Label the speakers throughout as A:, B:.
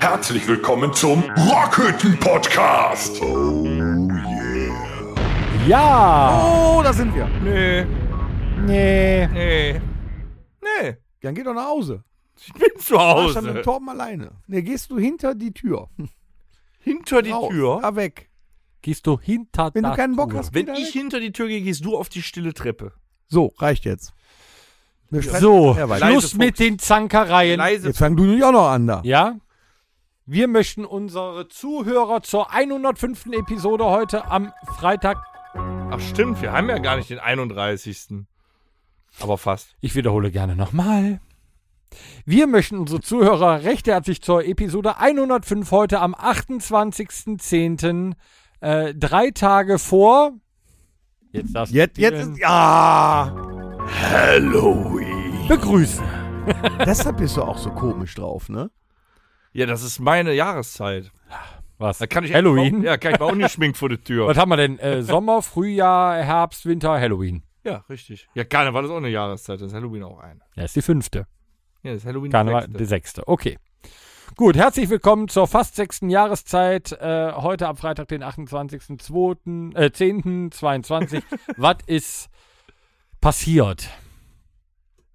A: Herzlich willkommen zum Rockhütten-Podcast. Oh
B: Ja!
C: Oh, da sind wir.
D: Nee,
B: Nee.
D: nee. Nee,
C: Dann geh doch nach Hause.
D: ich bin zu
C: Machst dann mit
D: Hause.
C: Torben alleine. Ne, gehst du hinter die Tür.
D: Hinter die
C: Raus,
D: Tür.
C: Da weg.
B: Gehst du hinter
C: Wenn du
B: der
C: keinen Bock
B: Tür.
C: hast,
D: Wenn
C: geh da
D: ich
C: weg.
D: hinter die Tür gehe, gehst du auf die stille Treppe.
C: So, reicht jetzt. Wir streiten
B: So,
C: nachher weiter.
B: Schluss
D: Fuchs.
B: mit den Zankereien.
D: Leise.
C: Jetzt fang du nicht auch noch an da.
B: Ja? Wir möchten unsere Zuhörer zur 105. Episode heute am Freitag.
D: Ach stimmt, wir haben ja gar nicht den 31. Aber fast.
B: Ich wiederhole gerne nochmal. Wir möchten unsere Zuhörer recht herzlich zur Episode 105 heute am 28.10. Äh, drei Tage vor. Jetzt das.
C: Jetzt, jetzt ist. Ja!
D: Halloween.
B: Begrüßen.
C: Deshalb bist du auch so komisch drauf, ne?
D: Ja, das ist meine Jahreszeit.
B: Was?
D: Da kann ich
B: Halloween?
D: Ja, kann ich mal ungeschminkt vor der Tür.
B: Was haben wir denn? Äh, Sommer, Frühjahr, Herbst, Winter, Halloween.
D: Ja, richtig. Ja, Karneval ist auch eine Jahreszeit. Das ist Halloween auch ein.
B: Ja, ist die fünfte.
D: Ja, das ist Halloween
B: Karneval,
D: sechste.
B: die sechste. Okay. Gut, herzlich willkommen zur fast sechsten Jahreszeit. Äh, heute am Freitag, den 28.02., äh, 10.22. Was ist passiert?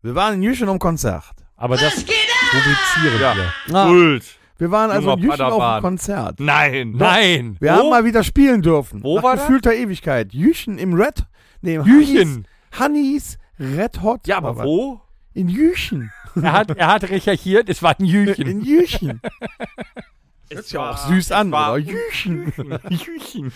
C: Wir waren in Jüchen am Konzert.
B: Aber das publizieren
D: Ja.
B: wir.
C: Ah,
D: Kult.
C: wir waren also in
D: Junger
C: Jüchen auf
D: Padawan.
C: dem Konzert.
D: Nein.
B: Nein!
C: Wir haben mal wieder spielen dürfen.
D: Wo
C: Nach
D: war das?
C: gefühlter Ewigkeit. Jüchen im Red. Nee, im
B: Jüchen.
C: Hannis Hannis Red Hot.
D: Ja, aber
C: Oder was?
D: wo?
C: In Jüchen.
B: er, hat, er hat recherchiert, es war ein
C: In
B: Jüchen.
C: Jüchen.
D: Ist
C: ja auch süß an,
D: war-
C: oder? Jüchen.
D: Jüchen.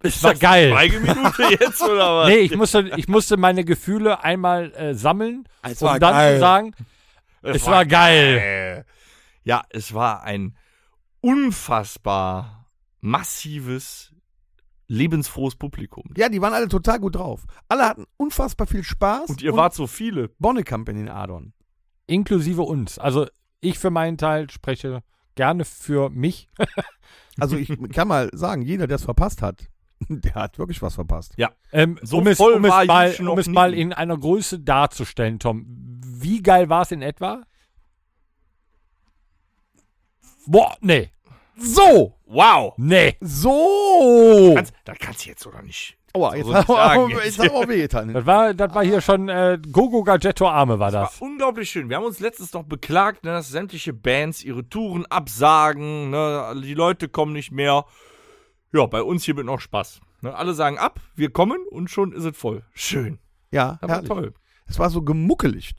B: Es war geil.
D: Minute jetzt oder was?
B: Nee, ich musste, ich musste meine Gefühle einmal äh, sammeln,
C: Es
B: um
C: war
B: dann zu
C: geil.
B: sagen, es, war, geil.
D: geil. Ja, es war ein unfassbar massives, lebensfrohes Publikum.
C: Ja, die waren alle total gut drauf. Alle hatten unfassbar viel Spaß.
D: Und ihr wart so viele.
C: Bonnekamp in den Adern.
B: inklusive uns. Also ich für meinen Teil spreche gerne für mich.
C: Also ich kann mal sagen, jeder, der es verpasst hat, der hat wirklich was verpasst.
B: Ähm,
D: So
B: um es,
D: voll
B: um es,
D: war
B: mal,
D: Jüchen
B: um
D: noch
B: es mal
D: nie.
B: in einer Größe darzustellen, Tom. Wie geil war es in etwa? Boah, nee,
C: So!
D: Wow.
B: nee.
C: So!
D: Kannst, das kannst du jetzt oder nicht?
C: Aua, jetzt
D: so
C: hat
D: nicht sagen,
C: aber
D: jetzt.
C: jetzt hat aber wehgetan.
B: Das war, das war hier schon äh, Gogo Gadgetto Arme war
D: Das
B: das.
D: war unglaublich schön. Wir haben uns letztens noch beklagt, ne, dass sämtliche Bands ihre Touren absagen, ne, die Leute kommen nicht mehr. Ja, bei uns hier wird noch Spaß. Ne, alle sagen ab, wir kommen und schon ist es voll. Schön.
C: Ja,
D: Das war
C: herrlich.
D: toll.
C: Es war so gemuckelig.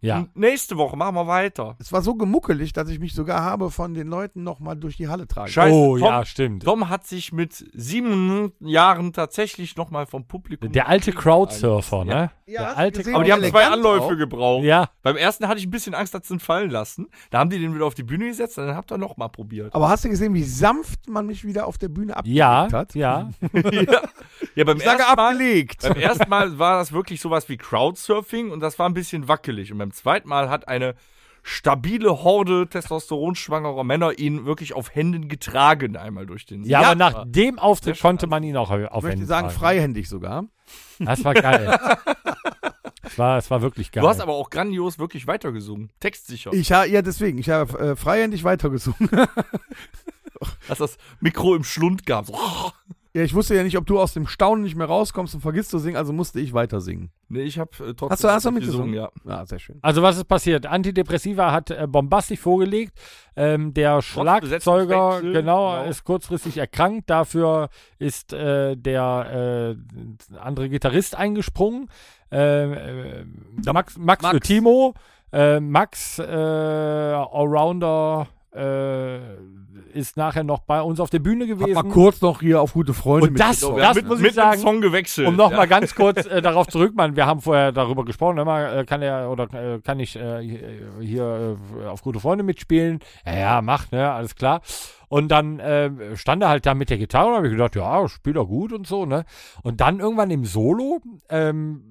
B: Ja.
D: Und nächste Woche machen wir weiter.
C: Es war so gemuckelig, dass ich mich sogar habe von den Leuten nochmal durch die Halle tragen.
D: Scheiße,
B: oh
D: Tom.
B: ja, stimmt.
D: Dom hat sich mit sieben Jahren tatsächlich nochmal vom Publikum.
B: Der alte Crowdsurfer, ne?
C: Ja,
B: Der
C: hast du
B: alte
C: gesehen?
D: aber die haben
C: Elegant
D: zwei Anläufe
C: auch.
D: gebraucht.
B: Ja,
D: Beim ersten hatte ich ein bisschen Angst, dass sie ihn fallen lassen. Da haben die den wieder auf die Bühne gesetzt und dann habt ihr nochmal probiert.
C: Aber hast du gesehen, wie sanft man mich wieder auf der Bühne abgelegt
B: ja,
C: hat?
B: ja.
D: ja. ja, beim
C: Ich sage
D: ersten Mal,
C: abgelegt.
D: beim ersten Mal war das wirklich sowas wie Crowdsurfing und das war ein bisschen wackelig. Und beim zweiten Mal hat eine stabile Horde testosteronschwangerer Männer ihn wirklich auf Händen getragen einmal durch den
B: Ja, aber nach dem Auftritt
D: Sehr
B: konnte man ihn auch
C: Ich
B: auf
C: möchte sagen, freihändig sogar.
B: Das war geil. das, war, das war wirklich geil.
D: Du hast aber auch grandios wirklich weitergesungen. Textsicher.
C: Ich ha, ja, deswegen. Ich habe äh, freihändig weitergesungen.
D: dass das Mikro im Schlund gab. So.
C: ja, ich wusste ja nicht, ob du aus dem Staunen nicht mehr rauskommst und vergisst zu singen, also musste ich weiter singen.
D: Nee, ich hab äh, trotzdem.
C: Hast du- hast du
D: nicht
C: mitgesungen?
D: Ja.
C: Ja, sehr schön.
B: Also was ist passiert? Antidepressiva hat äh, bombastisch vorgelegt. Ähm, der Schlagzeuger
D: Besetzungswechsel,
B: genau,
D: genau.
B: ist kurzfristig erkrankt. Dafür ist äh, der äh, andere Gitarrist eingesprungen. Äh, äh, Max, Max,
D: Max.
B: Max. Timo. Äh, Max äh, Allrounder äh, ist nachher noch bei uns auf der Bühne
C: Hab mal
B: gewesen.
C: kurz noch hier auf gute Freunde
B: Und das,
D: So, wir haben
B: das
D: mit,
B: muss
D: mit
B: ich sagen,
D: dem Song gewechselt.
B: Um nochmal
D: ja.
B: ganz kurz äh, darauf zurückzukommen, wir haben vorher darüber gesprochen, hör mal, äh, kann er oder äh, kann ich äh, hier äh, auf gute Freunde mitspielen? Ja, ja, mach, ne, alles klar. Und dann äh, stand er halt da mit der Gitarre und habe ich gedacht, ja, spielt er gut und so, ne? Und dann irgendwann im Solo ähm,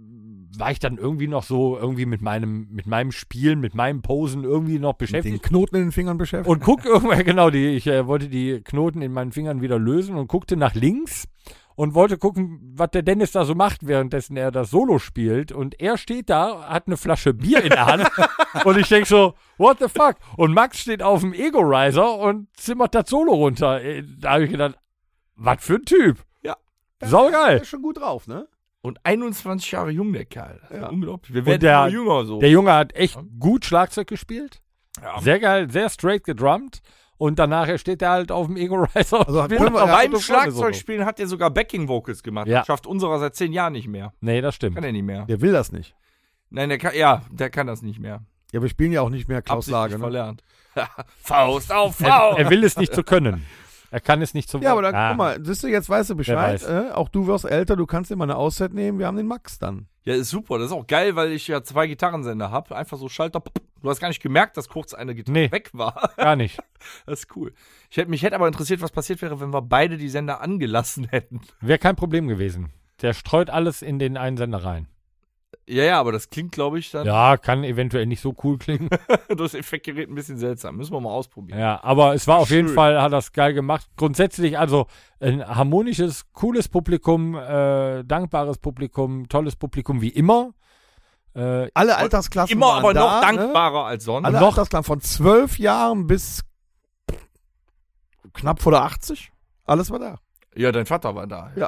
B: war ich dann irgendwie noch so irgendwie mit meinem mit meinem Spielen, mit meinem Posen irgendwie noch
C: mit
B: beschäftigt
C: den Knoten in den Fingern beschäftigt.
B: und guck irgendwann, genau, die, ich äh, wollte die Knoten in meinen Fingern wieder lösen und guckte nach links und wollte gucken, was der Dennis da so macht, währenddessen er das Solo spielt. Und er steht da, hat eine Flasche Bier in der Hand. und ich denke so, what the fuck? Und Max steht auf dem Ego-Riser und zimmert das Solo runter. Äh, Da habe ich gedacht, was für ein Typ.
D: Ja.
B: Saugeil.
C: Ist schon gut drauf, ne?
D: Und 21 Jahre jung, der Kerl. Das ist
C: Ja.
D: Unglaublich. Wir werden
B: der-
D: immer jünger so.
B: Der Junge hat echt gut Schlagzeug gespielt.
D: Ja.
B: Sehr geil, sehr straight gedrummt. Und danach steht er halt auf dem Ego-Riser. und
C: Also hat
B: spielt
C: Pulver-
B: auf
C: er hat
B: der
D: Beim
B: Solo.
D: Schlagzeugspielen hat er sogar Backing-Vocals gemacht.
B: Ja.
D: Das schafft unserer seit zehn Jahren nicht mehr.
B: Nee, das stimmt.
D: Kann er nicht mehr.
C: Der will das nicht.
D: Nein, der kann, ja, der kann das nicht mehr.
C: Ja, wir spielen ja auch nicht mehr Klaus Lage.
D: Absichtlich
C: Ne?
D: verlernt. Faust auf
B: Er,
D: Faust.
B: er will es nicht zu können. Er kann es nicht zu
C: Ja, aber dann,
B: Ah.
C: guck mal, siehst du, jetzt weißt du Bescheid.
B: weiß.
C: Äh, auch du wirst älter, du kannst dir mal eine Auszeit nehmen. Wir haben den Max dann.
D: Ja, ist super. Das ist auch geil, weil ich ja zwei Gitarrensender habe. Einfach so Schalter. Du hast gar nicht gemerkt, dass kurz eine Gitarre
B: Nee.
D: weg war.
B: Gar nicht.
D: Das ist cool. Ich hätte, mich hätte aber interessiert, was passiert wäre, wenn wir beide die Sender angelassen hätten.
B: Wäre kein Problem gewesen. Der streut alles in den einen Sender rein.
D: Ja, ja, aber das klingt, glaube ich, dann
B: Ja, kann eventuell nicht so cool klingen.
D: das Effektgerät ein bisschen seltsam. Müssen wir mal ausprobieren.
B: Ja, aber es war auf jeden
D: Schön.
B: Fall, hat das geil gemacht. Grundsätzlich also ein harmonisches, cooles Publikum, äh, dankbares Publikum, tolles Publikum wie immer. Äh,
C: Alle Altersklassen
D: Immer
C: waren
D: aber
C: da,
D: noch
C: ne?
D: dankbarer als sonst.
C: Alle
B: Noch-
C: Altersklassen von zwölf Jahren bis knapp vor der 80. Alles war da.
D: Ja, dein Vater war da.
C: Ja.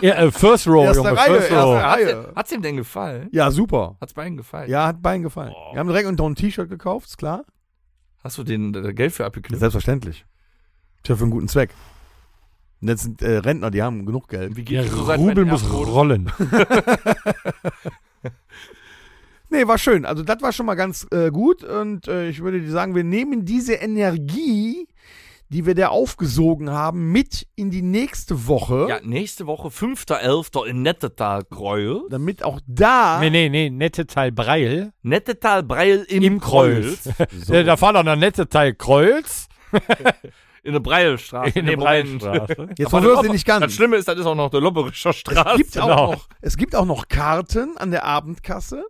B: ja, äh, First Row,
C: Erste
B: Junge,
C: Reihe,
B: First Row.
C: erste- Reihe.
D: Hat's, hat's ihm denn gefallen?
C: Ja, super.
D: Hat's bei ihm gefallen?
C: Ja, hat beiden gefallen.
D: Oh.
C: Wir haben direkt noch ein T-Shirt gekauft, ist klar.
D: Hast du den äh, Geld für abgeknüpft?
C: selbstverständlich. Ist ja für einen guten Zweck. Und jetzt sind äh, Rentner, die haben genug Geld.
D: Wie
B: Der
D: das
B: Rubel
D: mein
B: muss
D: Erdboden?
B: rollen.
C: Nee, war schön. Also das war schon mal ganz äh, gut und äh, ich würde dir sagen, wir nehmen diese Energie, die wir da aufgesogen haben, mit in die nächste Woche,
D: Ja, nächste Woche 5.11. in Nettetal Kreuel.
C: damit auch da
B: Nee, nee, nee, nette Teil Breil
D: Nettetal Breil im,
B: im Kreuz. Äh, Da fahren doch noch nette Teil Kreuz
D: In der Breilstraße.
B: in der
D: Nee, Moment.
B: Breilstraße.
C: jetzt
D: Aber
C: verwirrst
D: das-
C: du nicht ganz.
D: Das Schlimme ist, das ist auch noch der Lobberischer Straße.
C: gibt auch
B: genau.
C: noch, es gibt auch noch Karten an der Abendkasse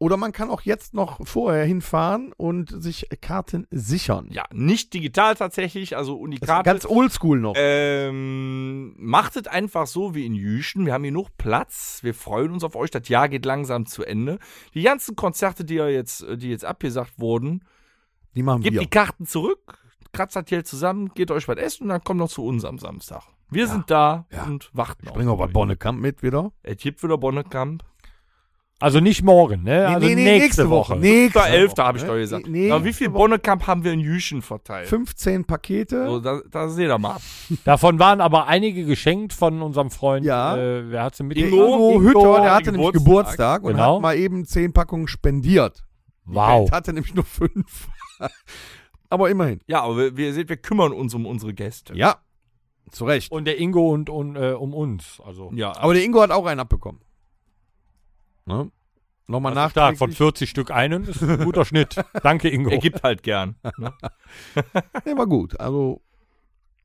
C: oder man kann auch jetzt noch vorher hinfahren und sich Karten sichern.
D: ja, nicht digital tatsächlich, also
C: Das
D: Unikate.
C: ist ganz oldschool
D: Äh,
C: noch.
D: Ähm, macht es einfach so wie in Jüschen. Wir haben genug Platz. Wir freuen uns auf euch. Das Jahr geht langsam zu Ende. Die ganzen Konzerte, die ja jetzt, die jetzt abgesagt wurden,
C: die machen
D: gebt
C: wir.
D: die Karten zurück, kratzt das Geld zusammen, geht euch was essen und dann kommt noch zu uns am Samstag. Wir sind da
C: Ja.
D: und warten
C: Bring auch
D: auf
C: was
D: euch.
C: Bonnekamp mit wieder.
D: Es gibt wieder Bonnekamp.
B: Also nicht morgen, ne? Also nächste, Woche.
C: Nächste
D: Der 11.
C: Woche,
D: habe ich
C: ne?
D: doch gesagt.
C: Nee,
D: Na, wie viel Bonnekamp haben wir in Jüschen verteilt?
C: 15 Pakete.
D: So, da, da seht ihr mal.
B: Davon waren aber einige geschenkt von unserem Freund.
C: Ja.
B: Äh, wer hat sie mit?
D: Ingo.
C: Ingo Hütter, der hatte
D: Geburtstag.
C: nämlich Geburtstag und
B: Genau.
C: hat mal eben 10 Packungen spendiert.
B: Wow.
C: Jetzt hatte nämlich nur 5. Aber immerhin.
D: Ja, aber wir, wir seht, wir kümmern uns um unsere Gäste.
C: Ja, zu Recht.
B: Und der Ingo und, und äh, um uns. Also
D: ja
C: Aber der Ingo hat auch einen abbekommen. Ne? Nochmal
B: Also stark von
C: nachträglich.
B: 40 Stück einen. Ist ein guter Schnitt. Danke Ingo.
D: er gibt halt gern.
C: Nee, war gut. Also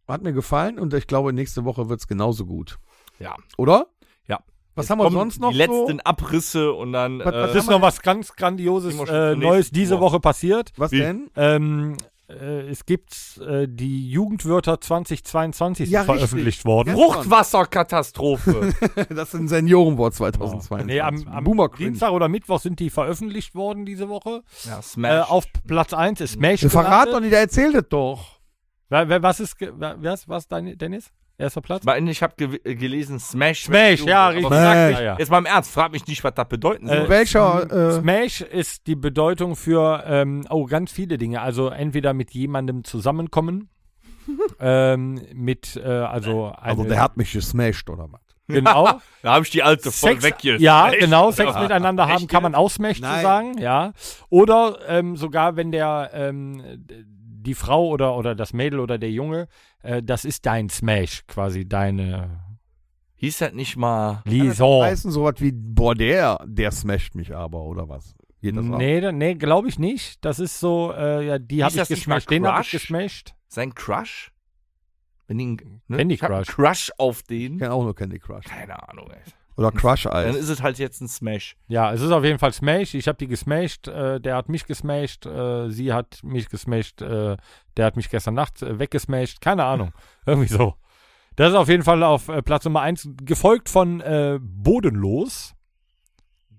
C: hat mir gefallen und ich glaube, nächste Woche wird es genauso gut.
D: Ja.
C: Oder?
D: Ja.
C: Was haben wir
D: Kommen
C: sonst noch
D: Die
C: so?
D: letzten Abrisse und dann. äh,
C: Was- was
B: Es ist noch was ganz Grandioses
D: Gehen wir schon
B: äh,
D: zur
B: Neues
D: nächsten
B: diese
D: Woche.
B: Woche passiert.
C: Was
D: Wie?
C: denn?
B: Ähm, äh, es gibt äh, die Jugendwörter 2022 sind
C: Ja, richtig.
B: veröffentlicht worden.
C: Ja.
D: Fruchtwasserkatastrophe.
C: Das ist ein Seniorenwort
B: Genau.
C: 2022.
B: Nee, am, am
C: Boomer Cringe.
B: Dienstag oder Mittwoch sind die veröffentlicht worden diese Woche.
D: ja,
B: Äh,
D: Smash.
B: auf Platz 1 ist Smash.
C: Wir verraten
B: gelandet.
C: doch nicht, er erzählt es doch.
B: Wa- wa- Was ist, ge- wa- was, was dein, Dennis? Erster Platz?
D: Weil Ich habe ge äh, gelesen, Smash.
B: Smash, ja,
D: Aber
B: richtig.
D: frag mich-
B: Ja, ja.
D: Jetzt mal im Ernst, frag mich nicht, was das bedeuten soll.
B: Äh,
C: Welcher? Äh,
B: Smash ist die Bedeutung für, ähm, oh, ganz viele Dinge. Also entweder mit jemandem zusammenkommen, ähm, mit, äh, also,
C: also,
B: eine-
C: der hat mich gesmashed, oder was?
B: genau.
D: da habe ich die alte voll
B: Sex,
D: weg jetzt.
B: ja,
D: Echt?
B: genau, Sex
D: Ja.
B: miteinander haben
D: Echt
B: kann man auch Smash zu
C: Nein.
B: sagen, ja. Oder ähm, sogar, wenn der, ähm, d- die Frau oder, oder das Mädel oder der Junge, äh, das ist dein Smash, quasi deine
D: Hieß das nicht mal.
C: Oh.
B: Liaison.
C: Heißen sowas wie, boah, der, der smasht mich aber, oder was? Geht das auch?
B: Nee, da- nee glaube ich nicht. Das ist so, äh, ja, die habe ich
D: das nicht
B: gesmashed.
D: mal
B: Den habe ich
D: Crush?
B: gesmashed.
D: Sein Crush? Wenn ihn, ne?
B: Candy
D: Ich hab einen
B: Crush.
D: Crush auf den.
C: Ich kenne auch nur Candy Crush.
D: Keine Ahnung, ey.
C: Oder Crush
D: Dann
C: Eis.
D: ist es halt jetzt ein Smash.
B: Ja, es ist auf jeden Fall Smash. Ich habe die gesmashed. Äh, der hat mich gesmashed. Äh, sie hat mich gesmashed. Äh, der hat mich gestern Nacht äh, weggesmashed. Keine Ahnung. Irgendwie so. Das ist auf jeden Fall auf äh, Platz Nummer 1, gefolgt von äh, Bodenlos.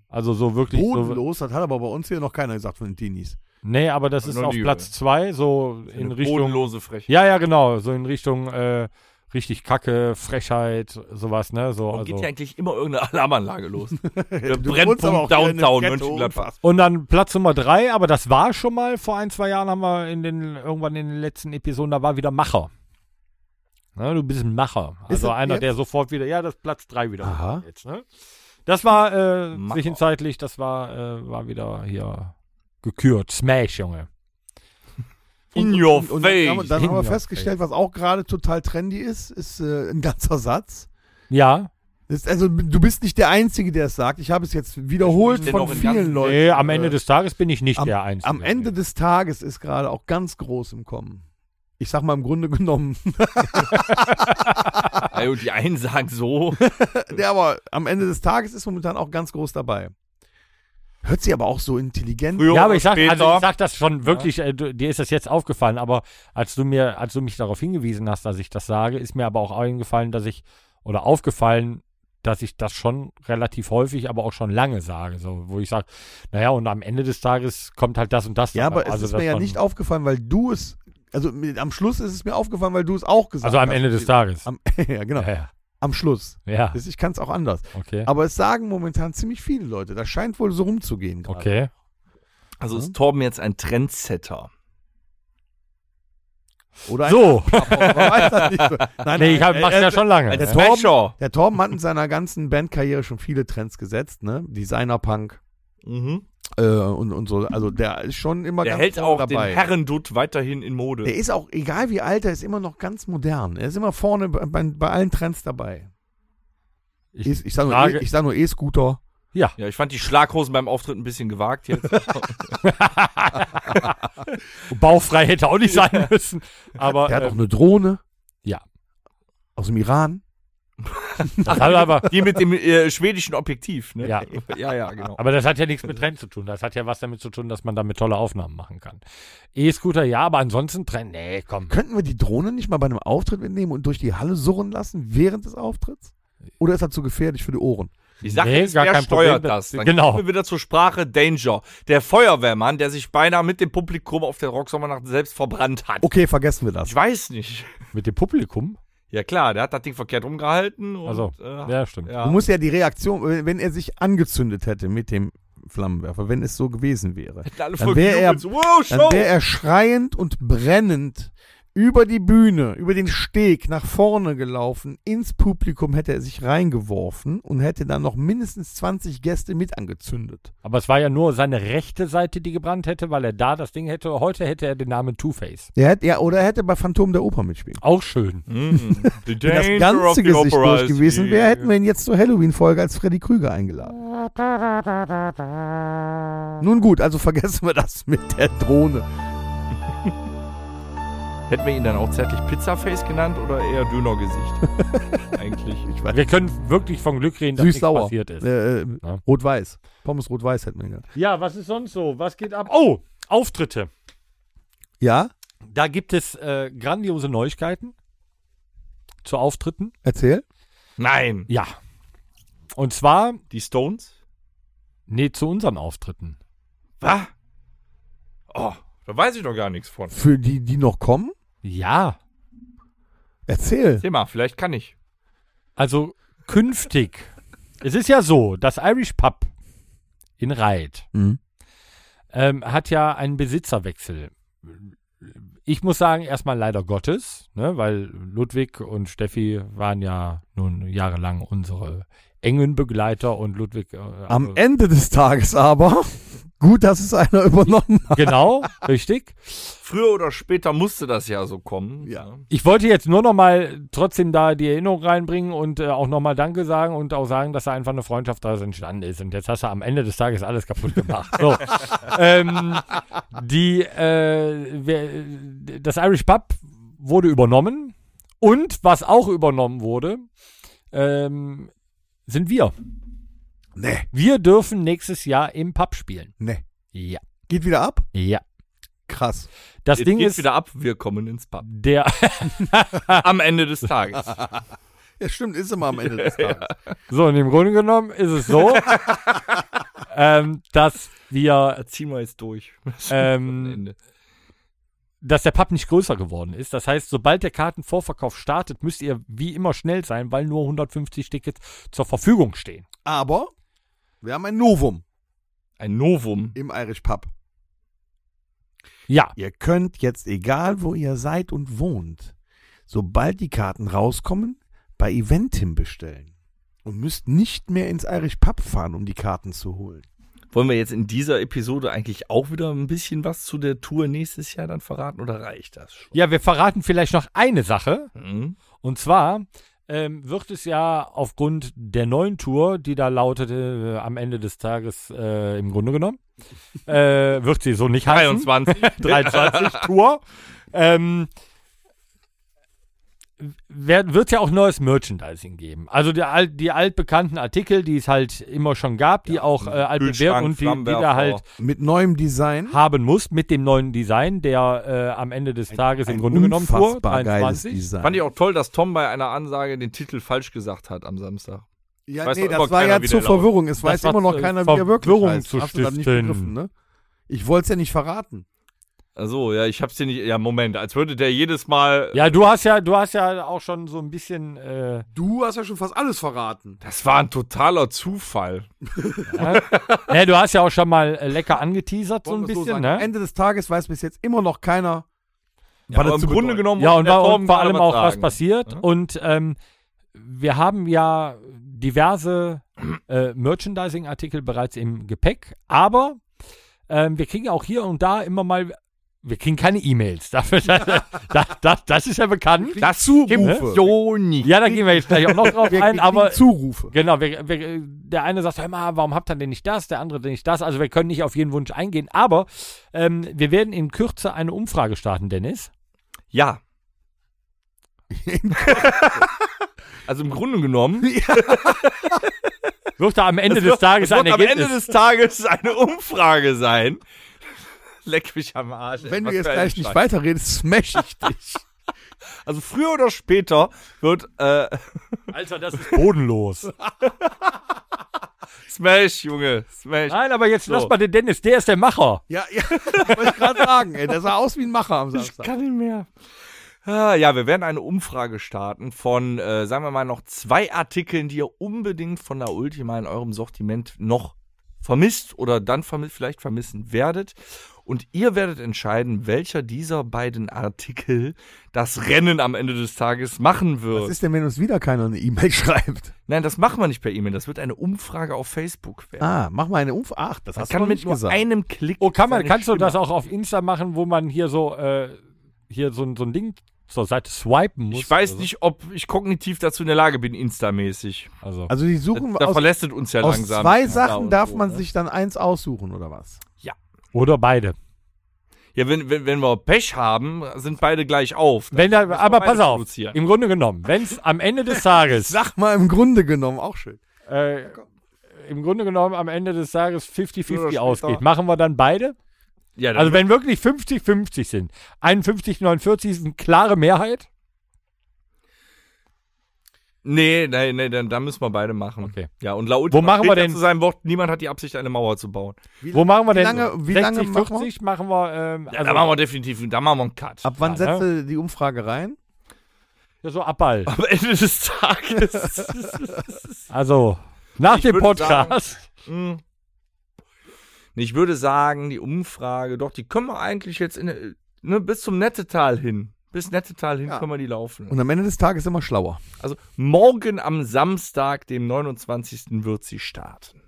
B: Also so wirklich. So,
C: Bodenlos, das hat aber bei uns hier noch keiner gesagt von den Teenies.
B: nee, aber das
D: Hab
B: ist
D: noch
B: auf
D: nie
B: Platz 2, so in
D: Eine
B: Richtung.
D: Bodenlose Frechheit.
B: Ja, ja, genau. So in Richtung äh, richtig Kacke, Frechheit, sowas, ne? So,
D: Warum
B: also.
D: geht ja eigentlich immer irgendeine Alarmanlage los?
C: wohnst
D: Der
C: aber auch
D: Brennpunkt
C: hier in einem
D: Downtown
C: Ghetto,
D: Mönchengladbach.
B: Und dann Platz Nummer drei, aber das war schon mal vor ein, zwei Jahren, haben wir in den, irgendwann in den letzten Episoden, da war wieder Macher. Ne, du bist ein Macher.
C: Ist
B: Also
C: das
B: einer,
C: jetzt?
B: der sofort wieder, ja, das ist Platz drei wieder.
C: Aha.
B: Jetzt, ne? Das war äh,
D: Macher.
B: zwischenzeitlich, das war, äh, war wieder hier gekürt. Smash, Junge.
D: In your
C: Und dann haben wir,
D: face.
C: dann haben wir
B: In your
C: festgestellt, was auch gerade total trendy ist, ist äh, ein ganzer Satz.
B: Ja.
C: Das Ist, also du bist nicht der Einzige, der es sagt. Ich habe es jetzt wiederholt
D: Ich bin
C: von
D: noch in
C: vielen
D: ganzen-
C: Leuten.
B: Nee, am Ende
C: äh,
B: des Tages bin ich nicht der Einzige.
C: Am Ende des Tages ist gerade auch ganz groß im Kommen. Ich sag mal im Grunde genommen.
D: Also die einen sagen so.
C: der aber am Ende des Tages ist momentan auch ganz groß dabei. Hört sie aber auch so intelligent.
D: Früher
B: Ja, aber ich
D: oder
B: sag, also
D: später.
B: ich sag das schon wirklich, äh, du, dir ist das jetzt aufgefallen, aber als du mir, als du mich darauf hingewiesen hast, dass ich das sage, ist mir aber auch eingefallen, dass ich, oder aufgefallen, dass ich das schon relativ häufig, aber auch schon lange sage, so, wo ich sage, naja, und am Ende des Tages kommt halt das und das.
C: Ja,
B: dabei.
C: aber es ist
B: dass
C: mir ja
B: man-
C: nicht aufgefallen, weil du es. Also mit, am Schluss ist es mir aufgefallen, weil du es auch gesagt
B: Also
C: hast.
B: am Ende des Tages.
C: Am, ja, genau.
B: Ja, ja,
C: Am Schluss.
B: ja,
C: Das- Ich kann es auch anders.
B: okay,
C: Aber es sagen momentan ziemlich viele Leute. Das scheint wohl so rumzugehen gerade.
B: okay.
D: Also ist Torben jetzt ein Trendsetter.
C: Oder ein
B: So,
C: Abhopper, man weiß das nicht so. Nein,
B: nee, ich hab,
C: äh,
B: mach's
C: äh,
B: ja schon lange.
D: Ein
C: der
B: ne?
C: Torben-
D: Trasher.
C: Der Torben hat in seiner ganzen Bandkarriere schon viele Trends gesetzt, ne? Designer-Punk
D: Mhm.
C: äh, und, und so. Also der ist schon immer
D: Der
C: ganz
D: hält
C: vorne
D: auch
C: dabei.
D: den Herrendutt weiterhin in Mode.
C: Der ist auch, egal wie alt er ist, immer noch ganz modern. Er ist immer vorne bei, bei, bei allen Trends dabei.
B: Ich-
C: Ich, ich sage nur,
B: Frage-
C: E- ich sag nur E-Scooter.
B: Ja,
D: Ja, ich fand die Schlaghosen beim Auftritt ein bisschen gewagt jetzt.
B: bauchfrei hätte auch nicht sein müssen, aber
C: Der hat
B: äh,
C: auch eine Drohne.
B: ja.
C: Aus dem Iran.
B: das hat aber,
D: Die mit dem äh, schwedischen Objektiv, ne?
B: Ja.
D: ja, ja, genau.
B: Aber das hat ja nichts mit Trend zu tun. Das hat ja was damit zu tun, dass man damit tolle Aufnahmen machen kann. E-Scooter ja, aber ansonsten Trend. Nee, komm.
C: Könnten wir die Drohne nicht mal bei einem Auftritt mitnehmen und durch die Halle surren lassen während des Auftritts? Oder ist das zu gefährlich für die Ohren?
D: Ich sag
B: Nee,
D: jetzt,
B: gar
D: wer
B: kein
D: steuert
B: Problem.
D: das? Dann
B: Genau.
D: kommen wir wieder zur Sprache Danger. Der Feuerwehrmann, der sich beinahe mit dem Publikum auf der Rocksommernacht selbst verbrannt hat.
C: Okay, vergessen wir das.
D: Ich weiß nicht.
B: Mit dem Publikum?
D: Ja klar, der hat das Ding verkehrt rumgehalten. Und,
B: Also,
D: äh,
B: ja, stimmt.
D: ja.
C: Du musst ja die Reaktion, wenn wenn er sich angezündet hätte mit dem Flammenwerfer, wenn es so gewesen wäre, dann
D: Alle voll
C: wär
D: gejubelt,
C: er-
D: so, wow,
C: dann
D: Show!
C: wäre er schreiend und brennend über die Bühne, über den Steg nach vorne gelaufen, ins Publikum hätte er sich reingeworfen und hätte dann noch mindestens 20 Gäste mit angezündet.
B: Aber es war ja nur seine rechte Seite, die gebrannt hätte, weil er da das Ding hätte. Heute hätte er den Namen Two-Face.
C: Er hätte, ja, oder er hätte bei Phantom der Oper mitspielen können.
B: Auch schön.
D: Mm, the
C: Wenn das
D: danger of
C: ganze
D: the
C: Gesicht
D: opera
C: durch
D: is
C: gewesen wäre,
D: here.
C: hätten wir ihn jetzt zur Halloween-Folge als Freddy Krüger eingeladen. Nun gut, also vergessen wir das mit der Drohne.
D: Hätten wir ihn dann auch zärtlich Pizzaface genannt oder eher Dönergesicht? Eigentlich.
C: Ich weiß
B: Wir können wirklich von Glück reden, dass nichts
C: Süß-sauer.
B: passiert ist.
C: Äh, äh,
B: Ja.
C: Rot-Weiß. Pommes Rot-Weiß hätten wir ihn genannt.
B: Ja, was ist sonst so? Was geht ab? Oh, Auftritte.
C: Ja,
B: Da gibt es äh, grandiose Neuigkeiten zu Auftritten.
C: erzähl.
D: Nein.
B: Ja. Und zwar,
D: Die Stones?
B: nee, zu unseren Auftritten.
D: Was? Oh, da weiß ich doch gar nichts von.
C: Für die, die noch kommen,
B: Ja.
C: erzähl.
D: Thema, vielleicht kann ich.
B: Also künftig. es ist ja so, das Irish Pub in Reit
C: Mhm.
B: ähm, hat ja einen Besitzerwechsel. Ich muss sagen, erstmal leider Gottes, ne, weil Ludwig und Steffi waren ja nun jahrelang unsere engen Begleiter und Ludwig. Äh,
C: Am
B: also-
C: Ende des Tages aber, gut, dass es einer übernommen hat.
B: Genau, richtig.
D: Früher oder später musste das ja so kommen.
C: Ja.
B: Ich wollte jetzt nur noch mal trotzdem da die Erinnerung reinbringen und äh, auch noch mal Danke sagen und auch sagen, dass da einfach eine Freundschaft daraus entstanden ist. Und jetzt hast du am Ende des Tages alles kaputt gemacht. So. ähm, die, äh, wer- das Irish Pub wurde übernommen und was auch übernommen wurde, ähm, sind wir.
C: Nee,
B: Wir dürfen nächstes Jahr im Pub spielen.
C: nee.
B: Ja.
C: Geht wieder ab?
B: Ja.
C: Krass.
B: Das
D: Es
B: Ding
D: geht
B: ist,
D: wieder ab, wir kommen ins Pub.
B: der,
D: Am Ende des Tages.
C: Ja, stimmt, ist immer am Ende des Tages.
B: so, und im Grunde genommen ist es so, ähm, dass wir,
D: Ziehen wir jetzt durch. Am
B: ähm,
D: Ende.
B: dass der Pub nicht größer geworden ist. Das heißt, sobald der Kartenvorverkauf startet, müsst ihr wie immer schnell sein, weil nur 150 Tickets zur Verfügung stehen.
C: Aber wir haben ein Novum
D: Ein Novum.
C: im Irish Pub.
B: Ja,
C: Ihr könnt jetzt, egal wo ihr seid und wohnt, sobald die Karten rauskommen, bei Eventim bestellen. Und müsst nicht mehr ins Irish Pub fahren, um die Karten zu holen.
D: Wollen wir jetzt in dieser Episode eigentlich auch wieder ein bisschen was zu der Tour nächstes Jahr dann verraten oder reicht das schon?
B: ja, wir verraten vielleicht noch eine Sache.
D: Hm?
B: Und zwar ähm, wird es ja aufgrund der neuen Tour, die da lautete äh, am Ende des Tages äh, im Grunde genommen, äh, wird sie so nicht heißen.
D: 23.
B: 23 Tour. Ähm, wer- wird ja auch neues Merchandising geben. Also die, al- die altbekannten Artikel, die es halt immer schon gab, die auch äh, altbewährt
D: Kühlschrank,
B: und die, die da
D: Flammenwerfer.
B: halt
C: Mit neuem Design.
B: haben muss mit dem neuen Design, der äh, am Ende des Tages im Grunde genommen Tour
C: unfassbar geiles
B: 23
C: Design.
D: Fand ich auch toll, dass Tom bei einer Ansage den Titel falsch gesagt hat am Samstag.
C: Ja,
D: Weiß
C: nee,
D: doch immer
C: das war
D: keiner,
C: ja
D: wie
C: zur
D: der lautet.
C: Verwirrung. Es weiß
B: war
C: immer noch
B: zur
C: keiner, wie er wirklich
B: Verwirrung
C: heißt.
B: zu
C: Hast du dann nicht
B: stiften.
C: begriffen, ne? Ich wollte es ja nicht verraten.
D: Also, ja, ich hab's dir nicht. Ja, Moment, als würde der jedes Mal.
B: Ja, du hast ja, du hast ja auch schon so ein bisschen. Äh,
C: Du hast ja schon fast alles verraten.
D: Das war ein totaler Zufall.
B: ne, du hast ja auch schon mal äh, lecker angeteasert so ein bisschen,
C: Am
B: ne?
C: Ende des Tages weiß bis jetzt immer noch keiner,
D: Ja, aber
C: das
D: im
C: zu
D: Grunde
C: bedeuten?
D: genommen.
B: Ja, und,
D: der
B: war,
D: Tom
B: und vor
D: kann
B: allem
D: aber
B: auch was
D: sagen.
B: passiert.
D: Mhm.
B: Und ähm, wir haben ja diverse äh, Merchandising-Artikel bereits im Gepäck, aber ähm, wir kriegen auch hier und da immer mal. Wir kriegen keine E-Mails. Dafür, das, das, das, das ist ja bekannt.
D: Das
B: Rufe.
D: gibt so nicht.
B: Ja, da gehen wir jetzt gleich auch noch drauf
C: Wir
B: ein,
C: kriegen
B: aber
C: Zurufe.
B: Genau, wir, wir, der eine sagt, hör mal, warum habt ihr denn nicht das? Der andere denn nicht das? Also wir können nicht auf jeden Wunsch eingehen, aber ähm, wir werden in Kürze eine Umfrage starten, Dennis.
D: Ja. also im Grunde genommen
B: Wird da am Ende
D: Es
B: des
D: wird-
B: Tages
D: es
B: ein
D: wird am
B: Ergebnis?
D: Ende des Tages eine Umfrage sein. Leck mich am Arsch. ey,
C: Wenn du
D: was
C: jetzt
D: für ein
C: gleich nicht
D: Scheiß.
C: weiterredest, smash ich dich.
D: Also früher oder später wird äh,
B: Alter, das ist bodenlos.
D: Smash, Junge, Smash.
B: Nein, aber jetzt
D: So.
B: lass mal den Dennis, der ist der Macher.
C: ja, ja, wollte ich gerade sagen. Ey, der sah aus wie ein Macher am Samstag.
D: nicht mehr. Ah, ja, wir werden eine Umfrage starten von, äh, sagen wir mal, noch zwei Artikeln, die ihr unbedingt von der Ultima in eurem Sortiment noch vermisst oder dann vermi vielleicht vermissen werdet. Und ihr werdet entscheiden, welcher dieser beiden Artikel das Rennen am Ende des Tages machen wird.
C: Was ist denn, wenn uns wieder keiner eine E-Mail schreibt?
D: Nein, das machen wir nicht per E-Mail. Das wird eine Umfrage auf Facebook werden.
C: Ah, mach mal eine Umfrage. Ach, das
D: man
C: hast
D: kann
C: du noch
D: mit
C: nicht
D: nur
C: gesagt.
D: einem Klick.
B: Oh, kann man,
D: seine
B: kannst du
D: Stimme-
B: das auch auf Insta machen, wo man hier so, äh, hier so, so ein Ding zur Seite swipen muss?
D: Ich weiß
B: Also-
D: nicht, ob ich kognitiv dazu in der Lage bin, instamäßig.
B: Also,
C: also die
D: Da,
C: suchen
D: da
C: aus,
D: verlässt es uns ja
C: aus
D: langsam.
C: zwei
D: Ja,
C: Sachen
D: und
C: darf
D: so,
C: man
D: ne?
C: sich dann eins aussuchen oder was?
B: oder beide.
D: Ja, wenn, wenn, wenn wir Pech haben, sind beide gleich auf. Dann
B: Wenn da,
D: müssen wir
B: aber
D: beide
B: pass auf,
D: produzieren.
B: im Grunde genommen, wenn es am Ende des Tages
C: Sag mal im Grunde genommen auch schön.
B: äh, im Grunde genommen am Ende des Tages 50-50
D: später.
B: ausgeht. Machen wir dann beide?
D: Ja, dann
B: Also wenn wirklich 50-50 sind, 51-49 ist eine klare Mehrheit.
D: nee, nee, nee, dann, dann müssen wir beide machen.
B: Okay.
D: Ja, und laut
B: Wo machen wir denn-
D: zu seinem Wort, niemand hat die Absicht, eine Mauer zu bauen.
B: Wo machen wir
C: wie
B: denn?
C: lange- wie lange machen wir?
B: 60-40 machen wir. Ähm,
D: Ja, da machen wir definitiv, da machen wir einen Cut.
C: Also Ab wann
B: Ja, ne?
C: setzt du die Umfrage rein?
B: ja, so Abball.
D: Am Ende des Tages.
B: Also nach
D: Ich
B: dem
D: würde
B: Podcast.
D: Hm. Nee, Ich würde sagen, die Umfrage, doch, die können wir eigentlich jetzt in, ne, bis zum Nettetal hin. Bis Nettetal hin
C: Ja.
D: können wir die laufen.
C: Und am Ende des Tages immer schlauer.
D: Also morgen am Samstag, dem 29. wird sie starten.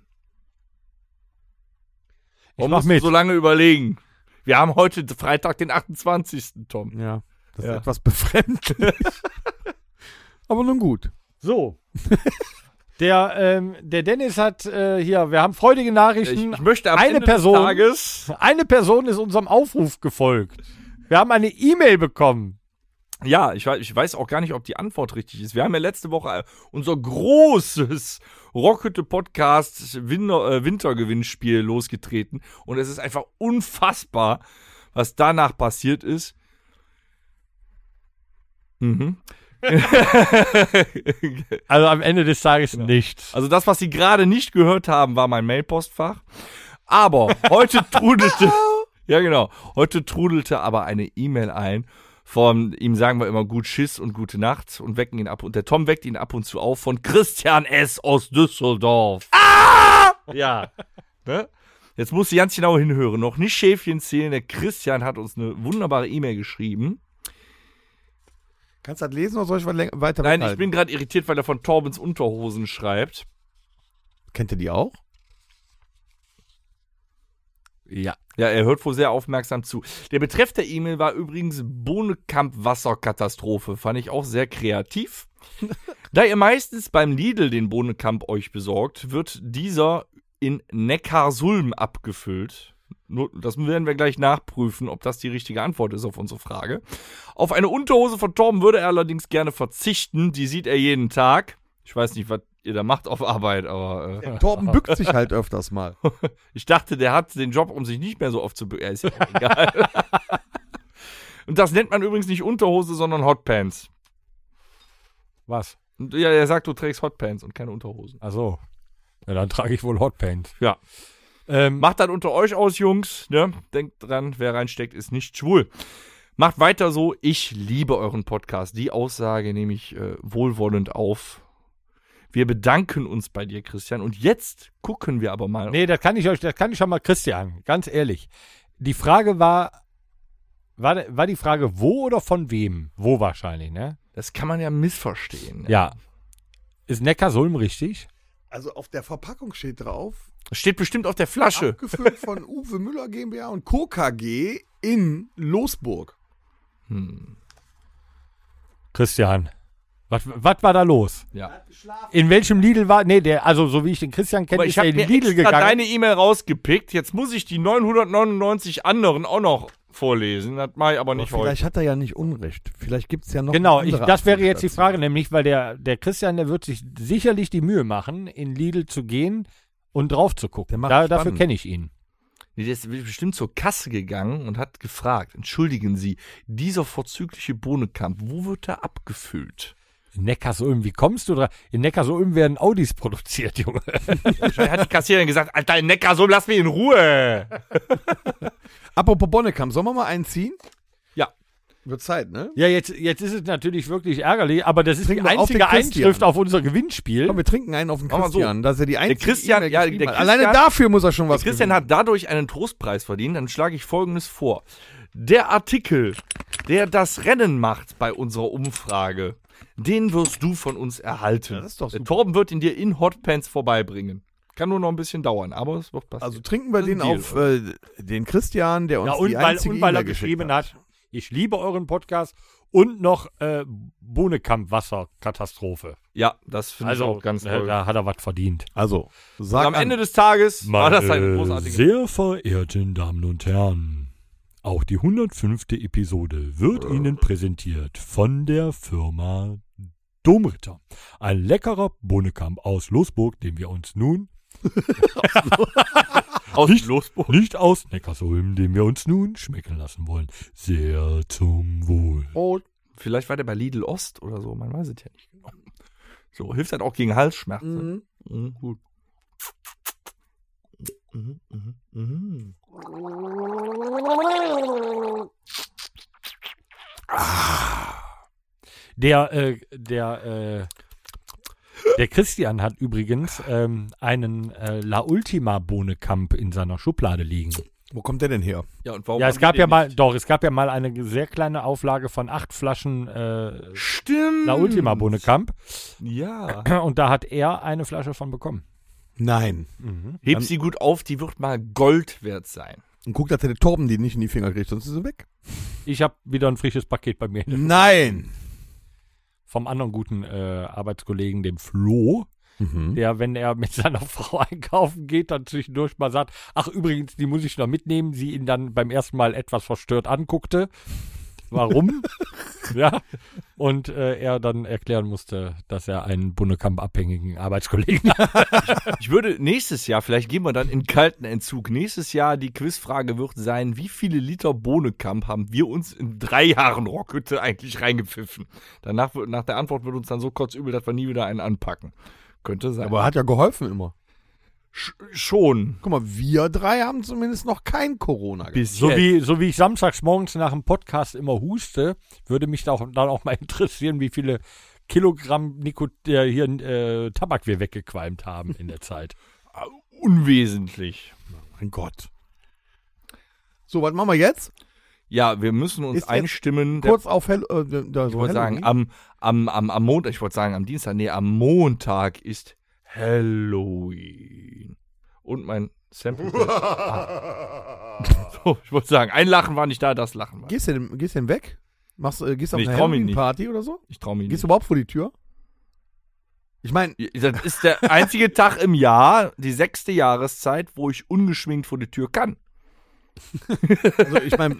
B: Ich
D: Warum
B: mach
D: musst du
B: mit.
D: so lange überlegen? Wir haben heute Freitag, den 28. Tom.
C: Ja, das
D: Ja.
C: ist etwas befremdlich. Aber nun gut.
B: So. der, ähm, der Dennis hat äh, hier, wir haben freudige
D: Ich,
B: Nachrichten.
D: ich möchte am
B: eine
D: Ende
B: Person-
D: des Tages.
B: Eine Person ist unserem Aufruf gefolgt. Wir haben eine E-Mail bekommen.
D: Ja, ich weiß, ich weiß auch gar nicht, ob die Antwort richtig ist. Wir haben ja letzte Woche äh, unser großes Rockete Podcast Winter, äh, Wintergewinnspiel losgetreten und es ist einfach unfassbar, was danach passiert ist. Mhm.
B: Also am Ende des Tages nichts.
D: Also das, was Sie gerade nicht gehört haben, war mein Mailpostfach. Aber heute trudelte, ja genau, heute trudelte aber eine E-Mail ein. Von ihm sagen wir immer gut Schiss und gute Nacht und wecken ihn ab. Und der Tom weckt ihn ab und zu auf von Christian S. aus Düsseldorf. Ah! Ja. Ne? Jetzt muss sie ganz genau hinhören. Noch nicht Schäfchen zählen. Der Christian hat uns eine wunderbare E-Mail geschrieben.
C: Kannst du das lesen oder soll ich weiter weiter
D: Nein, ich
C: weghalten?
D: bin gerade irritiert, weil er von Torbens Unterhosen schreibt.
C: Kennt ihr die auch?
B: Ja.
D: Ja, er hört wohl sehr aufmerksam zu. Der Betreff der E-Mail war übrigens Bohnekamp-Wasserkatastrophe. Fand ich auch sehr kreativ. da ihr meistens beim Lidl den Bohnekamp euch besorgt, wird dieser in Neckarsulm abgefüllt. Nur, das werden wir gleich nachprüfen, ob das die richtige Antwort ist auf unsere Frage. Auf eine Unterhose von Torben würde er allerdings gerne verzichten. Die sieht er jeden Tag. Ich weiß nicht, was ihr da macht auf Arbeit, aber. Äh,
C: Torben bückt sich halt öfters mal.
D: ich dachte, der hat den Job, um sich nicht mehr so oft zu be- Ja, Ist ja auch egal. Und das nennt man übrigens nicht Unterhose, sondern Hotpants.
B: Was?
D: Und ja, er sagt, du trägst Hotpants und keine Unterhosen.
B: Also. Ja, dann trage ich wohl Hotpants.
D: Ja.
B: Ähm,
D: Macht das unter euch aus, Jungs. Ne? Denkt dran, wer reinsteckt, ist nicht schwul. Macht weiter so. Ich liebe euren Podcast. Die Aussage nehme ich äh, wohlwollend auf. Wir bedanken uns bei dir, Christian. Und jetzt gucken wir aber mal.
B: nee, das kann ich euch, das kann ich schon mal Christian, ganz ehrlich. Die Frage war, war, war die Frage wo oder von wem? Wo wahrscheinlich, ne?
D: Das kann man ja missverstehen.
B: Ja. Ist Neckarsulm richtig?
C: Also auf der Verpackung steht drauf,
D: Steht bestimmt auf der Flasche.
C: abgefüllt von Uwe Müller GmbH und Co. KG in Losburg.
B: Christian. Was, was war da los?
D: Ja.
B: In welchem Lidl war. Nee, der, also so wie ich den Christian kenne,
D: Aber
B: ist
D: ich
B: er
D: habe
B: in
D: mir
B: den Lidl
D: extra
B: gegangen.
D: deine E-Mail rausgepickt. Jetzt muss ich die 999 anderen auch noch vorlesen. Das mache ich aber nicht heute.
C: Vielleicht hat er ja nicht Unrecht. Vielleicht gibt es ja noch.
B: Genau,
C: eine
B: ich,
C: andere
B: das wäre jetzt die
C: Assoziation.
B: Frage, nämlich, weil der, der Christian, der wird sich sicherlich die Mühe machen, in Lidl zu gehen und drauf zu
C: Der
B: gucken.
C: macht
B: Da, dafür
C: spannend.
B: kenne ich ihn.
D: Nee, Der ist bestimmt zur Kasse gegangen und hat gefragt, entschuldigen Sie, dieser vorzügliche Bohnenkamp, wo wird er abgefüllt?
B: In Neckarsulm, wie kommst du drauf? In Neckarsulm werden Audis produziert, Junge.
D: Wahrscheinlich hat die Kassiererin gesagt, alter Neckar, so lass mich in Ruhe.
C: Apropos Bonnekamp, sollen wir mal einen ziehen?
D: Ja.
C: Wird Zeit, ne?
B: Ja, jetzt, jetzt ist es natürlich wirklich ärgerlich, aber das ist die
C: Trink mal auf
B: einzige
C: den Christian.
B: Einschrift auf unser Gewinnspiel.
C: Komm, wir trinken einen auf den
D: Mach mal so.
C: Christian, dass er die einzige
D: Christian-
C: E-Mail
D: ja,
C: geschrieben
D: der
C: hat.
D: Christian-
C: Alleine dafür muss er schon was
D: Christian
C: gewinnen.
D: hat dadurch einen Trostpreis verdient, dann schlage ich folgendes vor. Der Artikel, der das Rennen macht bei unserer Umfrage, den wirst du von uns erhalten.
C: das ist doch
D: Der
C: super.
D: Torben wird ihn dir in Hotpants vorbeibringen. Kann nur noch ein bisschen dauern, aber es wird passieren.
C: Also trinken wir
D: Das ist
C: den
D: ein Deal,
C: auf äh, den Christian, der uns
B: ja, und
C: die
B: weil,
C: einzige
B: und weil er
C: E-Mail geschickt
B: geschrieben hat. ich liebe euren Podcast und noch äh, Bohnekamp-Wasserkatastrophe.
D: ja, das finde ich
B: Also,
D: auch ganz
B: äh,
D: toll.
B: da hat er was verdient.
C: Also, sag
D: am
C: an.
D: Ende des Tages war das ein
B: Meine
D: großartiger
B: Sehr verehrten Damen und Herren, auch die 105. Episode wird
C: Äh.
B: Ihnen präsentiert von der Firma Domritter. Ein leckerer Bohnekamp aus Losburg, den wir uns nun,
D: aus
B: Nicht-
D: Losburg.
B: nicht aus Neckarsulm, den wir uns nun schmecken lassen wollen. Sehr zum Wohl.
C: Oh,
D: Vielleicht war der bei Lidl Ost oder so, man weiß es ja nicht genau. So, hilft halt auch gegen Halsschmerzen.
C: mhm.
D: Mhm, gut. Mhm, mhm, mhm.
B: Der, äh, der, äh, der Christian hat übrigens ähm, einen äh, La Ultima Bohnekamp in seiner Schublade liegen.
C: Wo kommt der denn her?
D: Ja, und warum
B: Ja, es
D: haben
B: gab
D: die
B: ja
D: den
B: mal,
D: nicht?
B: doch, es gab ja mal eine sehr kleine Auflage von acht Flaschen äh,
D: Stimmt.
B: La Ultima Bohnekamp
D: Ja.
B: und da hat er eine Flasche von bekommen.
C: Nein.
D: Heb sie gut auf, die wird mal Gold wert sein.
C: Und guck, dass der Torben die nicht in die Finger kriegt, sonst ist er weg.
B: Ich habe wieder ein frisches Paket bei mir
C: Nein.
B: vom anderen guten äh, Arbeitskollegen, dem Flo,
C: Mhm.
B: der, wenn er mit seiner Frau einkaufen geht, dann zwischendurch mal sagt, ach übrigens, die muss ich noch mitnehmen, sie ihn dann beim ersten Mal etwas verstört anguckte. warum. ja. Und äh, er dann erklären musste, dass er einen Bunnekamp-abhängigen Arbeitskollegen hat.
D: Ich würde nächstes Jahr, vielleicht gehen wir dann in kalten Entzug, nächstes Jahr die Quizfrage wird sein, wie viele Liter Bohnenkamp haben wir uns in drei Jahren Rockhütte eigentlich reingepfiffen? Danach, wird- nach der Antwort wird uns dann so kotzübel, dass wir nie wieder einen anpacken. Könnte sein.
C: Aber hat ja geholfen immer.
D: Sch schon.
C: Guck mal, wir drei haben zumindest noch kein Corona. gehabt.
D: Bis
B: So
D: jetzt.
B: wie, so wie ich samstags morgens nach dem Podcast immer huste, würde mich da auch, dann auch mal interessieren, wie viele Kilogramm Nikot äh, hier, äh, Tabak wir weggequalmt haben in der Zeit.
D: unwesentlich.
C: Mein Gott. So, was machen wir jetzt?
D: Ja, wir müssen uns
C: Ist jetzt
D: einstimmen. Der-
C: Kurz auf Hell, äh, da,
D: ich
C: so
D: Also wollte sagen,
C: Halloween?
D: am, am, am, am Montag, ich wollte sagen, am Dienstag, nee, am Montag ist Halloween. Und mein Sample. so, ich wollte sagen, ein Lachen war nicht da, das Lachen war.
C: Gehst du denn, gehst du denn weg? Machst, äh, gehst du auf
D: Nee,
C: eine
D: ich trau mich nicht.
C: Halloween-Party oder so?
D: Ich traue mich
C: Gehst
D: nicht.
C: du überhaupt vor die Tür? Ich meine,
D: Das ist der einzige Tag im Jahr, die sechste Jahreszeit, wo ich ungeschminkt vor die Tür kann.
C: also ich meine,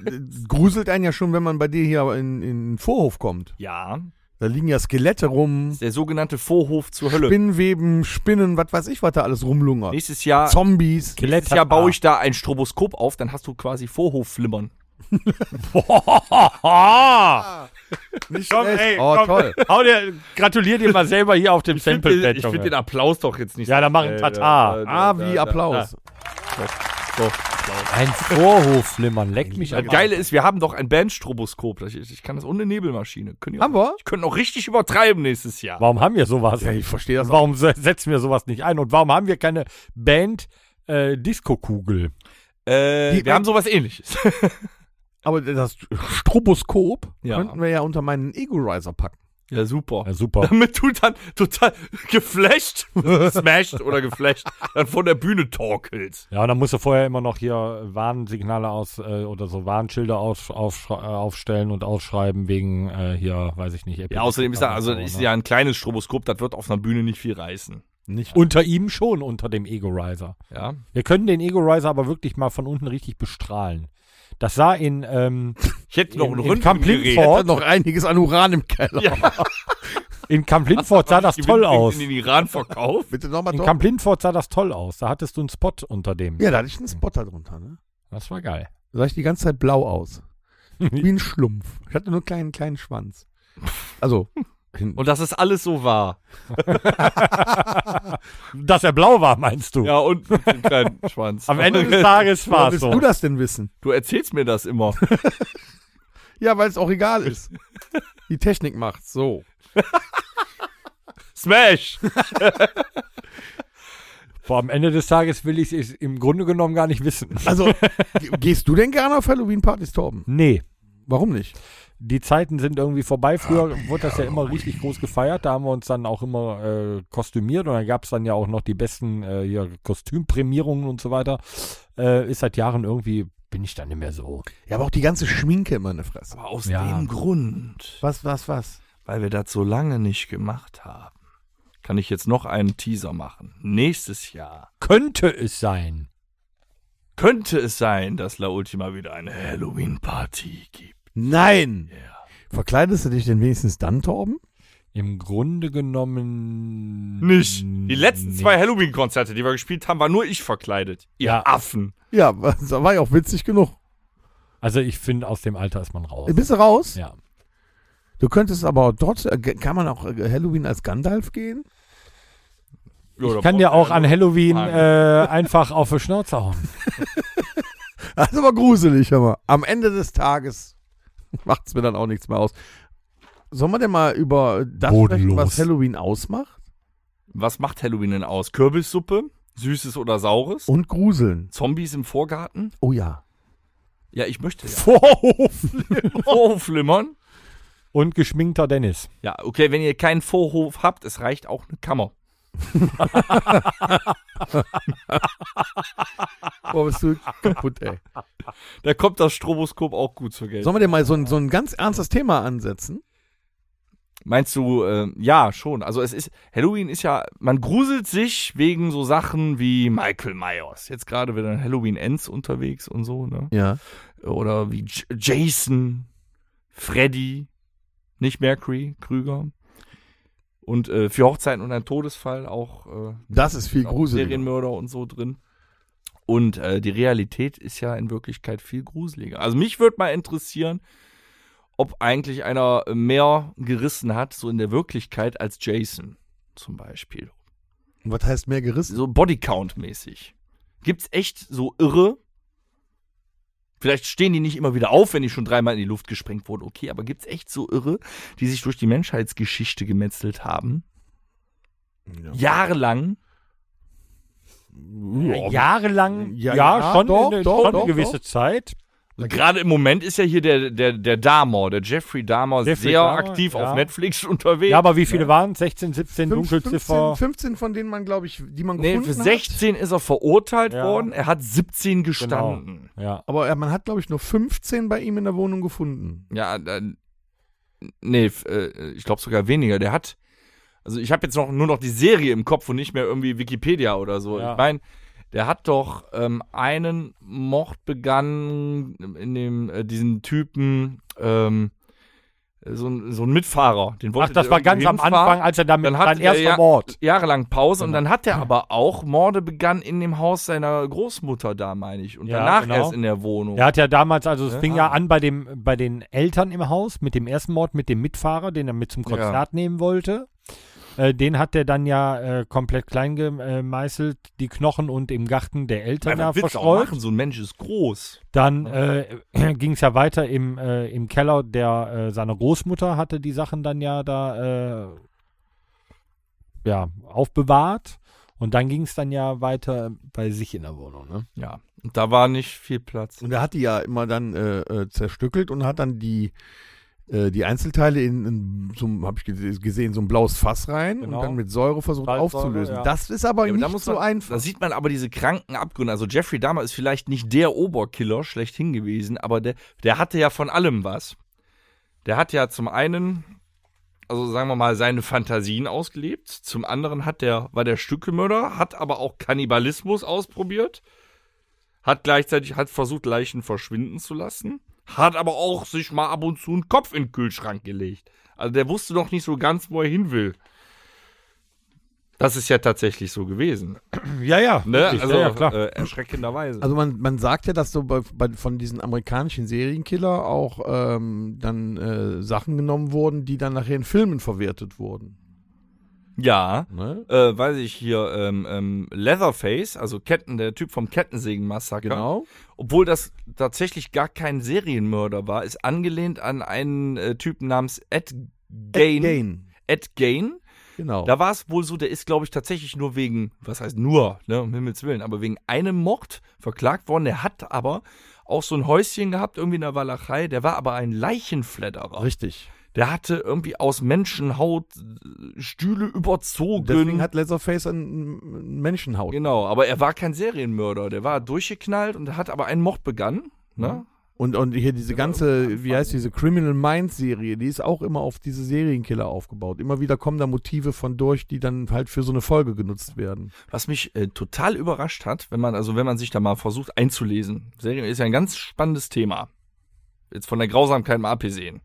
C: gruselt einen ja schon, wenn man bei dir hier in, in den Vorhof kommt.
D: Ja.
C: Da liegen ja Skelette rum,
D: Das ist der sogenannte Vorhof zur Hölle.
C: Spinnweben, Spinnen, was weiß ich, was da alles rumlungert.
D: Nächstes Jahr,
C: Zombies.
B: Skelett
D: nächstes Jahr baue ich da ein Stroboskop auf, dann hast du quasi Vorhofflimmern.
C: Nicht
B: Komm,
C: schlecht.
B: ey,
C: oh,
B: komm.
C: toll.
B: Hau dir, gratulier dir mal selber hier auf dem Sample-Pad.
D: Ich finde
B: Junge.
D: den Applaus doch jetzt nicht
B: Ja, dann mach einen
D: Äh,
B: Tatar.
D: da, da,
C: Ah,
D: da,
C: wie
D: da.
C: Applaus.
B: Ein Vorhof flimmern, leck mich
D: Das
B: am
D: Geile ist, wir haben doch ein Bandstroboskop. Ich, ich kann das ohne Nebelmaschine. Können die auch-
C: Haben wir?
D: Ich könnte auch richtig übertreiben nächstes
B: Arsch.
D: Jahr.
B: Warum haben wir sowas?
C: Ja, ich verstehe das auch.
B: warum se- setzen wir sowas nicht ein? Und warum haben wir keine Band äh, Disco-Kugel?
D: Äh,
C: Die-
D: wir haben sowas ähnliches.
C: Aber das Stroboskop
D: Ja.
C: könnten wir ja unter meinen Ego-Riser packen.
D: Ja, super.
B: Ja, super.
D: Damit du dann total geflasht, smashed oder geflasht, dann von der Bühne torkelst.
B: Ja, und dann musst du vorher immer noch hier Warnsignale aus äh, oder so Warnschilder auf, auf, äh, aufstellen und ausschreiben wegen äh, hier, weiß ich nicht.
D: Ja, außerdem ist, da, also,
B: Epilepsie-
D: ist ja ein kleines Stroboskop, das wird auf einer Bühne nicht viel reißen.
C: Nicht.
B: Unter ihm schon, unter dem Ego Riser.
D: Ja.
B: Wir können den Ego Riser aber wirklich mal von unten richtig bestrahlen. Das sah in, ähm,
D: Ich hätte noch
B: In-
D: ein
B: in Camp
D: Röntgengerät.
B: Lindford-
C: hat noch einiges an Uran im Keller.
B: in Camp Lindford sah das
D: Die
B: toll
D: Wind bringt
B: aus.
D: In den Iran verkauft.
C: Bitte nochmal
B: In Camp Lindford sah das toll aus. Da hattest du einen Spot unter dem.
C: Ja, da hatte ich einen Spotter drunter, ne?
B: Das war geil.
C: Da sah ich die ganze Zeit blau aus. Wie ein Schlumpf. Ich hatte nur einen kleinen, kleinen Schwanz. Also, hinten.
D: Und das ist alles so wahr.
B: Dass er blau war, meinst du?
D: Ja, und mit dem kleinen Schwanz.
B: Am Ende des Tages
C: Woher
B: war es
C: willst
B: so.
C: du das denn wissen?
D: Du erzählst mir das immer.
C: Ja, weil es auch egal ist. Die Technik macht's. So.
D: Smash!
B: Boah, am Ende des Tages will ich es im Grunde genommen gar nicht wissen.
C: Also, ge- gehst du denn gerne auf Halloween-Partys, Torben?
B: Nee.
C: Warum nicht?
B: Die Zeiten sind irgendwie vorbei. Früher
C: Ah,
B: wurde das ja immer richtig groß gefeiert. Da haben wir uns dann auch immer äh, kostümiert und dann gab es dann ja auch noch die besten äh, hier Kostümprämierungen und so weiter. Äh, ist seit Jahren irgendwie, bin ich dann nicht mehr so.
C: Ja, aber auch die ganze Schminke immer in der Fresse.
D: Aber aus
B: Ja.
D: dem Grund,
C: Was, was, was?
D: weil wir das so lange nicht gemacht haben, kann ich jetzt noch einen Teaser machen. Nächstes Jahr
B: Könnte es sein.
D: könnte es sein, dass La Ultima wieder eine Halloween-Party gibt.
C: Nein!
D: Ja.
C: Verkleidest du dich denn wenigstens dann, Torben?
B: Im Grunde genommen.
D: Nicht. Die letzten
B: Nee.
D: zwei Halloween-Konzerte, die wir gespielt haben, war nur ich verkleidet. Ihr
B: Ja.
D: Affen.
C: Ja, das war ja auch witzig genug.
B: Also ich finde, aus dem Alter ist man raus.
C: Bist du raus?
B: Ja.
C: Du könntest aber auch dort, äh, ge- kann man auch äh, Halloween als Gandalf gehen?
D: Ja, da
B: Ich kann ja
D: braucht
B: auch
D: ihr
B: an Halloween
D: Fragen.
B: äh, einfach auf die Schnauze hauen.
C: Das ist aber gruselig, hör mal. Am Ende des Tages macht's mir dann auch nichts mehr aus. Sollen wir denn mal über das sprechen,
B: Bodenlos.
C: was Halloween ausmacht?
D: Was macht Halloween denn aus? Kürbissuppe? Süßes oder Saures?
C: Und gruseln.
D: Zombies im Vorgarten?
C: Oh ja.
D: Ja, ich möchte ja.
B: Vorhof. Oh,
D: Vorhofflimmern?
B: Und geschminkter Dennis.
D: Ja, okay, wenn ihr keinen Vorhof habt, es reicht auch eine Kammer.
C: Boah, bist du kaputt, ey.
D: Da kommt das Stroboskop auch gut zur Geltung.
C: Sollen wir denn mal so ein, so ein ganz ernstes Thema ansetzen?
D: Meinst du, äh, ja, schon. Also es ist, Halloween ist ja, man gruselt sich wegen so Sachen wie Michael Myers. Jetzt gerade wieder Halloween Ends unterwegs und so, ne?
C: Ja.
D: Oder wie J Jason, Freddy, nicht Mercury, Krüger. Und äh, für Hochzeiten und ein Todesfall auch, äh,
C: Das ist viel
D: auch
C: gruseliger.
D: Serienmörder und so drin. Und äh, die Realität ist ja in Wirklichkeit viel gruseliger. Also mich würde mal interessieren, ob eigentlich einer mehr gerissen hat, so in der Wirklichkeit, als Jason zum Beispiel
C: Und Was heißt mehr gerissen?
D: so Bodycount-mäßig. Gibt's echt so irre? Vielleicht stehen die nicht immer wieder auf, wenn die schon dreimal in die Luft gesprengt wurden, okay, aber gibt's echt so irre, die sich durch die Menschheitsgeschichte gemetzelt haben? Jahrelang?
B: Jahrelang,
C: Ja,
B: ja,
C: ja,
B: schon,
C: doch,
B: eine,
C: doch,
B: schon
C: doch,
B: eine gewisse Zeit.
D: Also Gerade im Moment ist ja hier der, der, der Dahmer, der Jeffrey Dahmer,
B: Jeffrey
D: sehr
B: Dahmer,
D: aktiv
B: ja.
D: auf Netflix unterwegs.
B: Ja, aber wie viele waren 16, 17, Dunkelziffer?
C: 15, 15 von denen man, glaube ich, die man
D: nee,
C: gefunden
D: für
C: hat.
D: 16 ist er verurteilt
B: Ja.
D: worden, er hat 17 gestanden.
B: Ja.
C: Aber äh, man hat, glaube ich, nur 15 bei ihm in der Wohnung gefunden.
D: Ja, dann, nee, f- äh, ich glaube sogar weniger. Der hat, also ich habe jetzt noch nur noch die Serie im Kopf und nicht mehr irgendwie Wikipedia oder so.
B: Ja.
D: Ich meine, der hat doch ähm, einen Mord begangen in dem äh, diesen Typen, ähm, so, ein- so ein Mitfahrer. Den
B: Ach,
D: wollte
B: das
D: der
B: war ganz am
D: irgendwie hinfahren.
B: Anfang, als er damit
D: Dann hat
B: sein
D: er
B: erster
D: ja-
B: Mord.
D: Jahrelang Pause
C: Genau.
D: und dann hat er aber auch Morde begann in dem Haus seiner Großmutter da, meine ich. Und
B: Ja,
D: danach
B: genau.
D: erst in der Wohnung.
B: Er hat ja damals, also es
D: Ja.
B: fing ja an bei dem, bei den Eltern im Haus mit dem ersten Mord, mit dem Mitfahrer, den er mit zum Konzert nehmen wollte. Äh, den hat er dann ja äh, komplett klein gemeißelt, die Knochen und im Garten der Eltern
D: Einfach
B: da
D: Witz auch
B: verstreut.
D: machen, so ein Mensch ist groß.
B: Dann äh, ging es ja weiter im, äh, im Keller, der äh, seine Großmutter hatte die Sachen dann ja da äh, ja, aufbewahrt. Und dann ging es dann ja weiter bei sich in der Wohnung. Ne?
D: Ja, und da war nicht viel Platz.
C: Und er hat die ja immer dann äh, äh, zerstückelt und hat dann die, äh, die Einzelteile in, in so, habe ich gese- gesehen, so ein blaues Fass rein
B: Genau.
C: und dann mit Säure versucht
B: Salzsäure,
C: aufzulösen.
B: ja.
C: Das ist aber
D: Ja, aber da
C: nicht
D: muss
C: so
D: man- Da
C: einfach.
D: sieht man aber diese kranken Abgründe. Also Jeffrey Dahmer ist vielleicht nicht der Oberkiller schlechthin gewesen, aber der, der hatte ja von allem was. Der hat ja zum einen, also sagen wir mal, seine Fantasien ausgelebt. Zum anderen hat der, war der Stückemörder, hat aber auch Kannibalismus ausprobiert. Hat gleichzeitig, hat versucht, Leichen verschwinden zu lassen. Hat aber auch sich mal ab und zu einen Kopf in den Kühlschrank gelegt. Also der wusste doch nicht so ganz, wo er hin will. Das ist ja tatsächlich so gewesen.
B: Ja, ja.
D: Ne? Also,
B: ja, ja, klar.
D: Äh, erschreckenderweise.
C: Also man, man sagt ja, dass so bei, bei, von diesen amerikanischen Serienkiller auch ähm, dann äh, Sachen genommen wurden, die dann nachher in Filmen verwertet wurden.
D: ja.
C: Ne?
D: Äh, weiß ich hier, ähm, ähm, Leatherface, also Ketten, der Typ vom Kettensägen-Massaker.
C: Genau.
D: Obwohl das tatsächlich gar kein Serienmörder war, ist angelehnt an einen äh, Typen namens Ed Gain. Ed Gain.
C: Genau.
D: Da war es wohl so, der ist, glaube ich, tatsächlich nur wegen, was heißt nur, ne, um Himmels Willen, aber wegen einem Mord verklagt worden. Der hat aber auch so ein Häuschen gehabt, irgendwie in der Walachei. Der war aber ein Leichenfledderer.
C: Richtig.
D: Der hatte irgendwie aus Menschenhaut äh, Stühle überzogen.
C: Deswegen hat Leatherface ein ein Menschenhaut.
D: genau, aber er war kein Serienmörder. Der war durchgeknallt und hat aber einen Mord begannnen. Ne?
C: Und, und hier diese ganze, wie heißt diese Criminal Minds Serie, die ist auch immer auf diese Serienkiller aufgebaut. Immer wieder kommen da Motive von durch, die dann halt für so eine Folge genutzt werden.
D: Was mich äh, total überrascht hat, wenn man, also wenn man sich da mal versucht einzulesen. Serien ist ja ein ganz spannendes Thema. Jetzt von der Grausamkeit mal abgesehen.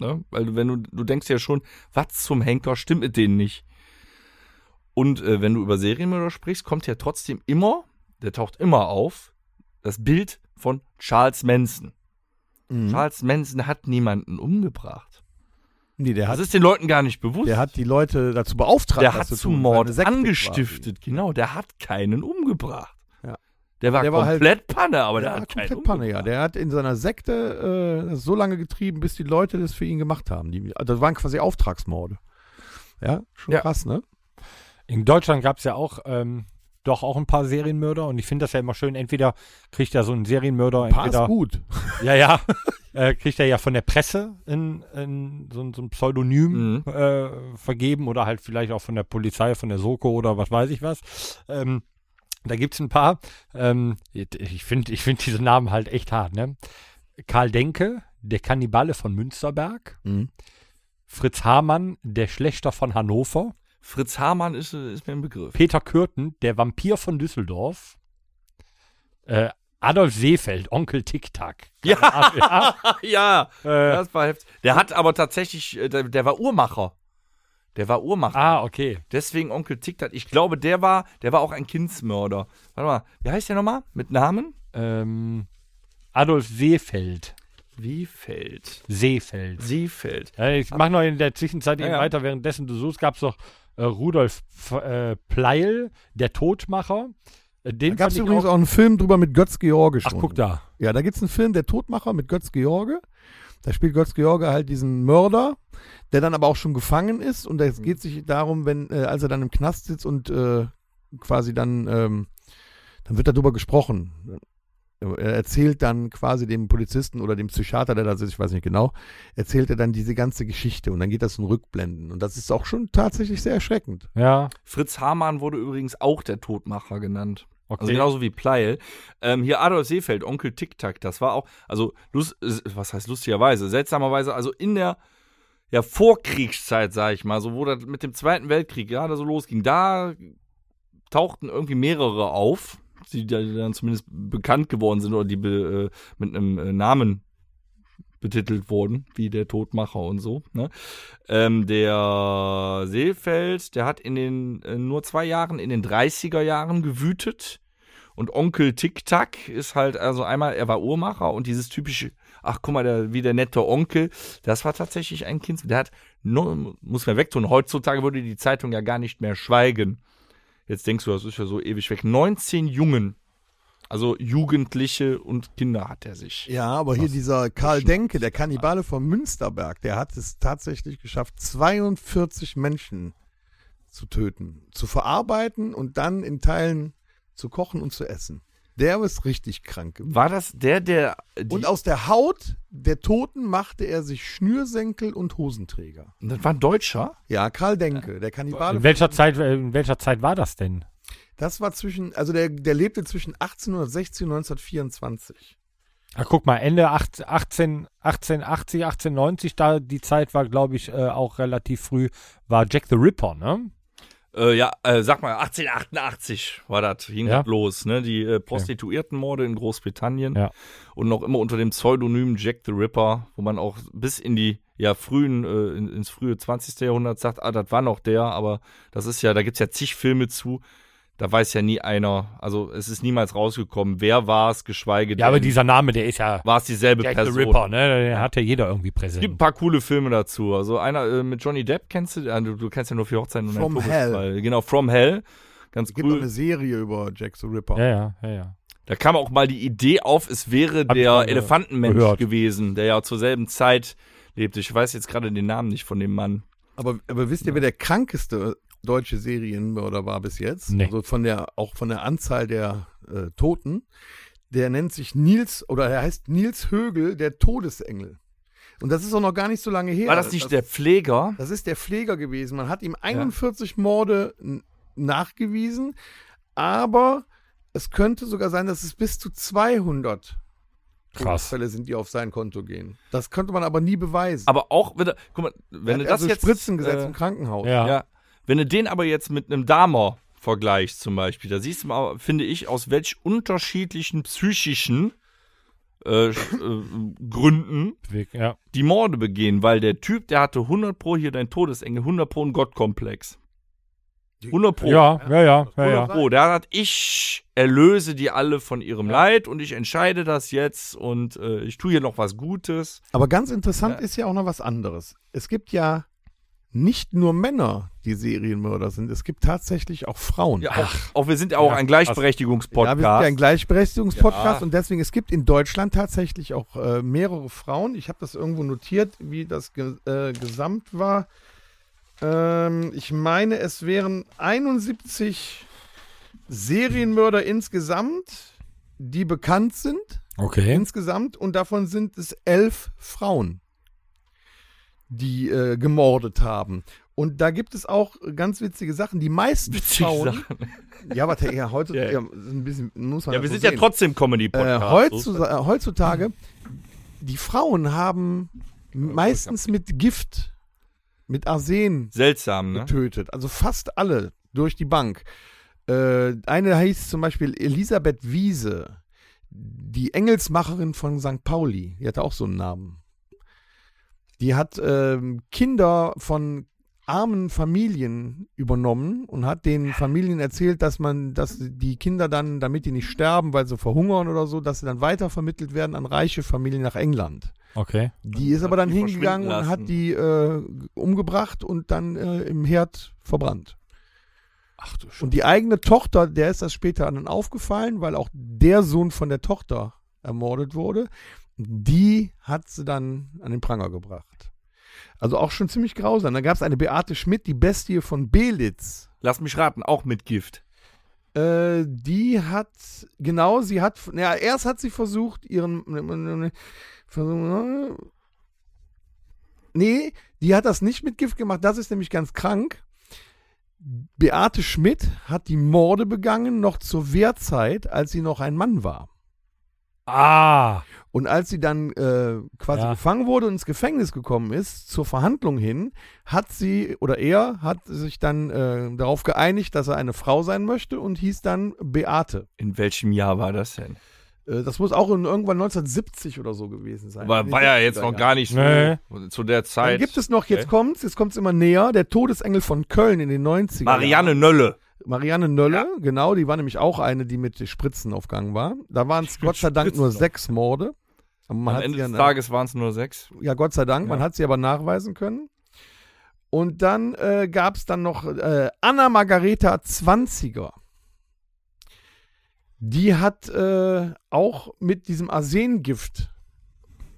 D: Ne? Weil du, wenn du, du denkst ja schon, was zum Henker stimmt mit denen nicht. Und äh, wenn du über Serienmörder sprichst, kommt ja trotzdem immer, der taucht immer auf, das Bild von Charles Manson.
C: Mhm.
D: Charles Manson hat niemanden umgebracht.
C: Nee, der
D: Das
C: hat,
D: ist den Leuten gar nicht bewusst.
C: der hat die Leute dazu beauftragt,
D: Der
C: das
D: hat
C: zu
D: zum
C: tun,
D: Mord
C: seine Sekte
D: angestiftet, genau. Der hat keinen umgebracht.
C: Ja.
D: Der war
C: Der war halt-
D: komplett Panne, aber
C: Quasi.
D: der,
C: Der
D: hat
C: hat komplett
D: keinen
C: Panne, ja.
D: umgebracht.
C: Der hat in seiner Sekte äh, das so lange getrieben, bis die Leute das für ihn gemacht haben. Die, also das waren quasi Auftragsmorde. Ja, schon
D: Ja.
C: krass, ne?
B: In Deutschland gab es ja auch ähm, doch auch ein paar Serienmörder und ich finde das ja immer schön. Entweder kriegt ja so ein Serienmörder,
C: Passt
B: entweder
C: gut.
B: ja ja, äh, kriegt er ja von der Presse in, in so, ein- so ein Pseudonym äh, vergeben oder halt vielleicht auch von der Polizei, von der Soko oder was weiß ich was. Ähm, da gibt es ein paar. Ähm, ich finde ich find diese Namen halt echt hart. Ne? Karl Denke, der Kannibale von Münsterberg.
C: Mhm.
B: Fritz Hamann, der Schlechter von Hannover.
D: Fritz Hamann ist, äh, ist mir ein Begriff.
B: Peter Kürten, der Vampir von Düsseldorf. Äh, Adolf Seefeld, Onkel Tic Tac.
D: Ja,
B: Ach, ja.
D: ja.
B: Äh,
D: Das war heftig. Der hat aber tatsächlich, äh, der, der war Uhrmacher. Der war Uhrmacher.
B: ah, okay.
D: Deswegen Onkel Tic Tac. Ich glaube, der war, der war auch ein Kindsmörder. Warte mal, wie heißt der nochmal? Mit Namen?
B: Ähm, Adolf Seefeld.
D: Wiefeld.
B: Seefeld.
D: Seefeld.
B: Ja, ich mache noch in der Zwischenzeit
D: Ja,
B: eben
D: ja.
B: weiter. Währenddessen du suchst, gab es noch äh, Rudolf Pf- äh, Pleil, der Todmacher. Äh, Den
C: Da gab es
B: fand ich
C: übrigens auch einen Film drüber mit Götz George
B: Ach,
C: schon.
B: guck da.
C: Ja, da gibt's einen Film, Der Todmacher mit Götz George. Da spielt Götz George halt diesen Mörder, der dann aber auch schon gefangen ist. Und es geht sich darum, wenn, äh, als er dann im Knast sitzt und äh, quasi dann, ähm, dann wird darüber gesprochen. Er erzählt dann quasi dem Polizisten oder dem Psychiater, der da sitzt, ich weiß nicht genau, erzählt er dann diese ganze Geschichte und dann geht das in Rückblenden. Und das ist auch schon tatsächlich sehr erschreckend.
B: Ja,
D: Fritz Hamann wurde übrigens auch der Todmacher genannt.
B: okay.
D: Also genauso wie Pleil. Ähm, hier Adolf Seefeld, Onkel Tic Tac, das war auch, also, lust, äh, was heißt lustigerweise, seltsamerweise, also in der ja, Vorkriegszeit, sag ich mal, so wo das mit dem Zweiten Weltkrieg gerade so losging, da tauchten irgendwie mehrere auf, die da- die dann zumindest bekannt geworden sind oder die be, äh, mit einem äh, Namen betitelt wurden, wie der Todmacher und so. Ne? Ähm, der Seefeld, der hat in den äh, nur zwei Jahren, in den 30er Jahren gewütet. Und Onkel Tic Tac ist halt, also einmal, er war Uhrmacher und dieses typische, ach guck mal, der, wie der nette Onkel, das war tatsächlich ein Kind, der hat, no, muss man wegtun, heutzutage würde die Zeitung ja gar nicht mehr schweigen. Jetzt denkst du, das ist ja so ewig weg. 19 Jungen, also Jugendliche und Kinder hat er sich.
C: Ja, aber hier dieser Karl Denke, der Kannibale vom Münsterberg, der hat es tatsächlich geschafft, 42 Menschen zu töten, zu verarbeiten und dann in Teilen zu kochen und zu essen. Der ist richtig krank. gewesen.
D: War das der, der die,
C: Und aus der Haut der Toten machte er sich Schnürsenkel und Hosenträger.
D: das war ein Deutscher?
C: Ja, Karl Denke, der Kannibale.
B: in, welcher Zeit, äh, in welcher Zeit war das denn?
C: Das war zwischen, also der, der lebte zwischen 1860 und 1924.
B: Ach, Ah, guck mal, Ende 8, 18, 1880, 1890, da die Zeit war, glaube ich, äh, auch relativ früh, war Jack the Ripper, ne?
D: Äh, ja, äh, sag mal, 1888 war das, hing
B: Ja.
D: das los, ne? Die äh, Prostituiertenmorde in Großbritannien
B: Ja.
D: und noch immer unter dem Pseudonym Jack the Ripper, wo man auch bis in die ja frühen äh, in, ins frühe 20. Jahrhundert sagt, ah, das war noch der, aber das ist ja, da gibt's ja zig Filme zu. Da weiß ja nie einer, also es ist niemals rausgekommen, wer war es, geschweige denn
B: Ja, aber dieser Name, der ist ja
D: Ähm, war es dieselbe
B: Jack
D: Person.
B: the Ripper, ne? Den hat ja jeder irgendwie
D: Es gibt ein
B: präsent.
D: paar coole Filme dazu. Also einer äh, mit Johnny Depp kennst du, äh, du, du kennst ja nur für Hochzeiten und
C: From
D: ein
C: Hell.
D: Todesfall. Genau, From Hell. Ganz
C: Es gibt noch
D: cool.
C: eine Serie über Jack the Ripper.
B: Ja, ja, ja, ja.
D: Da kam auch mal die Idee auf, es wäre
B: ich
D: der
B: mal ge-
D: Elefantenmensch
B: gehört.
D: gewesen, der ja zur selben Zeit lebte. Ich weiß jetzt gerade den Namen nicht von dem Mann.
C: Aber, aber wisst ihr, wer der krankeste deutsche Serienmörder war bis jetzt?
B: Nee.
C: Also von der, auch von der Anzahl der äh, Toten. Der nennt sich Nils, oder er heißt Nils Högel, der Todesengel. Und das ist auch noch gar nicht so lange her.
D: War das nicht der Pfleger?
C: Das ist der Pfleger gewesen. Man hat ihm 41 Morde n- nachgewiesen, aber es könnte sogar sein, dass es bis zu 200
B: Krass.
C: Todesfälle sind, die auf sein Konto gehen. Das könnte man aber nie beweisen.
D: Aber auch, wenn, du- guck mal, wenn
C: Er
D: du
C: hat
D: das
C: also
D: jetzt.
C: Spritzen gesetzt im
D: äh,
C: Krankenhaus.
B: Ja.
D: ja. Wenn du den aber jetzt mit einem Damer vergleichst zum Beispiel, da siehst du mal, finde ich, aus welch unterschiedlichen psychischen äh, äh, Gründen
B: Weg, ja.
D: die Morde begehen, weil der Typ, der hatte 100 pro hier dein Todesengel, 100 pro ein Gottkomplex. 100 pro.
B: Ja, ja, ja, ja, ja.
D: Oh, der hat, ich erlöse die alle von ihrem Leid und ich entscheide das jetzt und äh, ich tue hier noch was Gutes.
C: Aber ganz interessant
D: Ja.
C: ist ja auch noch was anderes. Es gibt ja nicht nur Männer, die Serienmörder sind. Es gibt tatsächlich auch Frauen.
D: Ja, auch, auch wir sind ja
B: Ja,
C: Ja,
D: auch ein
C: wir sind ja ein
D: Gleichberechtigungspodcast.
C: Gleichberechtigungspodcast
D: Ja.
C: und deswegen, es gibt in Deutschland tatsächlich auch äh, mehrere Frauen. Ich habe das irgendwo notiert, wie das ge äh, gesamt war. Ähm, ich meine, es wären 71 Serienmörder insgesamt, die bekannt sind.
D: Hm?
B: Okay.
C: insgesamt und davon sind es elf Frauen, die äh, gemordet haben. Und da gibt es auch ganz witzige Sachen. Die meisten
D: Witzige
C: Frauen.
D: Sachen.
C: Ja, warte, ja, heute
D: Ja, ja.
C: ja, ist ein bisschen, muss man
D: Ja,
C: das
D: wir
C: so
D: sind ja
C: sehen.
D: trotzdem Comedy-Podcast.
C: äh, heutzutage, heutzutage, die Frauen haben meistens mit Gift, mit Arsen
D: Seltsam, ne?
C: getötet. Also fast alle durch die Bank. Äh, eine hieß zum Beispiel Elisabeth Wiese. die Engelsmacherin von St. Pauli, die hatte auch so einen Namen. Die hat ähm, Kinder von armen Familien übernommen und hat den Familien erzählt, dass man, dass die Kinder dann, damit die nicht sterben, weil sie verhungern oder so, dass sie dann weitervermittelt werden an reiche Familien nach England.
B: Okay.
C: Die ist aber dann
D: die
C: hingegangen und
D: verschwinden
C: hat
D: lassen.
C: die äh, umgebracht und dann äh, im Herd verbrannt.
B: Ach du Scheiße.
C: Und die eigene Tochter, der ist das später dann aufgefallen, weil auch der Sohn von der Tochter ermordet wurde. Die hat sie dann an den Pranger gebracht. Also auch schon ziemlich grausam. Dann gab es eine Beate Schmidt, die Bestie von Belitz.
D: Lass mich raten, auch mit Gift.
C: Äh, die hat, genau, sie hat, ja, erst hat sie versucht, ihren, versucht, nee, die hat das nicht mit Gift gemacht, das ist nämlich ganz krank. Beate Schmidt hat die Morde begangen, noch zur Wehrzeit, als sie noch ein Mann war.
B: Ah.
C: Und als sie dann äh, quasi
B: Ja.
C: gefangen wurde und ins Gefängnis gekommen ist, zur Verhandlung hin, hat sie oder er hat sich dann äh, darauf geeinigt, dass er eine Frau sein möchte und hieß dann Beate.
D: In welchem Jahr war das denn?
C: Äh, Das muss auch in, irgendwann 1970 oder so gewesen sein.
D: War, war ja jetzt noch gar nicht so
B: Nee.
D: zu der
C: Zeit.
D: Zeit.
C: Dann gibt es noch, jetzt kommt's, jetzt kommt's immer näher, der Todesengel von Köln in den 90ern.
D: Marianne Nölle.
C: Marianne Nölle, genau, die war nämlich auch eine, die mit Spritzen auf Gang war. Da waren es Gott sei Dank nur
D: Spritzen auf-
C: sechs Morde. Aber man
D: Am
C: hat
D: Ende
C: sie ja ne?
D: des
C: nach-
D: Tages waren es nur sechs.
C: Ja, Gott sei Dank, man
D: Ja.
C: hat sie aber nachweisen können. Und dann äh, gab es dann noch äh, Anna Margareta 20er. Die hat äh, auch mit diesem Arsengift